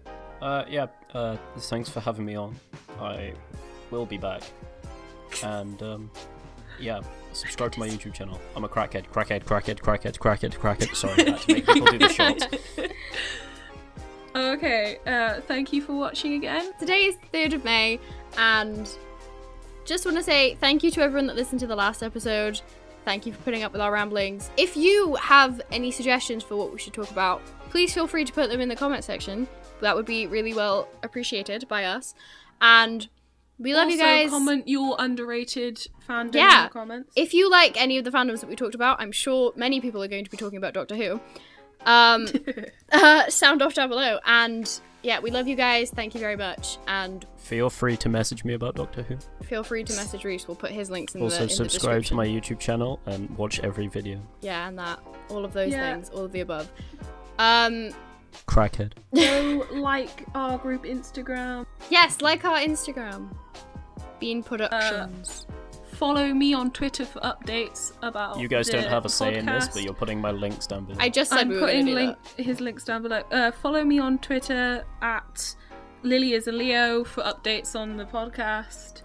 [SPEAKER 5] Uh, yeah. Uh, thanks for having me on. I will be back. And um, yeah, subscribe to my YouTube channel. I'm a crackhead, crackhead, crackhead, crackhead, crackhead, crackhead. Sorry, I had to make people do the shots.
[SPEAKER 1] Okay, uh, thank you for watching again.
[SPEAKER 3] Today is the 3rd of May, and just want to say thank you to everyone that listened to the last episode. Thank you for putting up with our ramblings. If you have any suggestions for what we should talk about, please feel free to put them in the comment section. That would be really well appreciated by us. And we love you
[SPEAKER 1] Also,
[SPEAKER 3] guys.
[SPEAKER 1] Comment your underrated fandom in
[SPEAKER 3] Yeah.
[SPEAKER 1] the comments.
[SPEAKER 3] If you like any of the fandoms that we talked about, I'm sure many people are going to be talking about Doctor Who. Um, uh, sound off down below. And yeah, we love you guys. Thank you very much. And
[SPEAKER 5] Feel free to message me about Doctor Who.
[SPEAKER 3] feel free to message Reese. We'll put his links in the
[SPEAKER 5] Also,
[SPEAKER 3] in the
[SPEAKER 5] subscribe to
[SPEAKER 3] description.
[SPEAKER 5] my YouTube channel and watch every video.
[SPEAKER 3] yeah, and that all of those
[SPEAKER 1] Yeah.
[SPEAKER 3] things, all of the above. Um,
[SPEAKER 5] Crackhead.
[SPEAKER 1] Go like our group Instagram.
[SPEAKER 3] yes, like our Instagram, Bean Productions.
[SPEAKER 1] Uh, Follow me on Twitter for updates about.
[SPEAKER 5] You guys
[SPEAKER 1] the
[SPEAKER 5] don't have a say in this,
[SPEAKER 1] podcast.
[SPEAKER 5] but you're putting my links down below.
[SPEAKER 3] I just said
[SPEAKER 1] I'm
[SPEAKER 3] we were
[SPEAKER 1] putting
[SPEAKER 3] going to do
[SPEAKER 1] link, his links down below. Uh, follow me on Twitter at Lily is a Leo for updates on the podcast.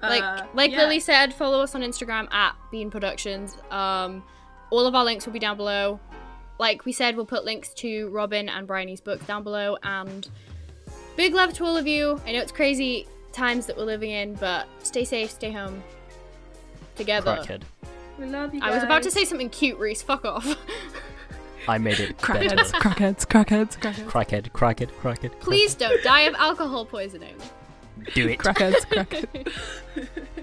[SPEAKER 3] that. Like,
[SPEAKER 1] Uh,
[SPEAKER 3] like
[SPEAKER 1] yeah.
[SPEAKER 3] Lily said, follow us on Instagram at Bean Productions. Um, all of our links will be down below. Like we said, we'll put links to Robin and Bryony's books down below. And big love to all of you. I know it's crazy times that we're living in, but stay safe, stay home, together.
[SPEAKER 5] Crackhead.
[SPEAKER 1] We love you
[SPEAKER 3] I was about to
[SPEAKER 1] guys.
[SPEAKER 3] say something cute, Reese. Fuck off.
[SPEAKER 5] I made it better.
[SPEAKER 2] Crackheads, crackheads, crackheads, crackheads,
[SPEAKER 5] Crackhead, crackhead, crackhead.
[SPEAKER 3] Please don't die of alcohol poisoning.
[SPEAKER 5] do it.
[SPEAKER 2] crackheads, crackheads.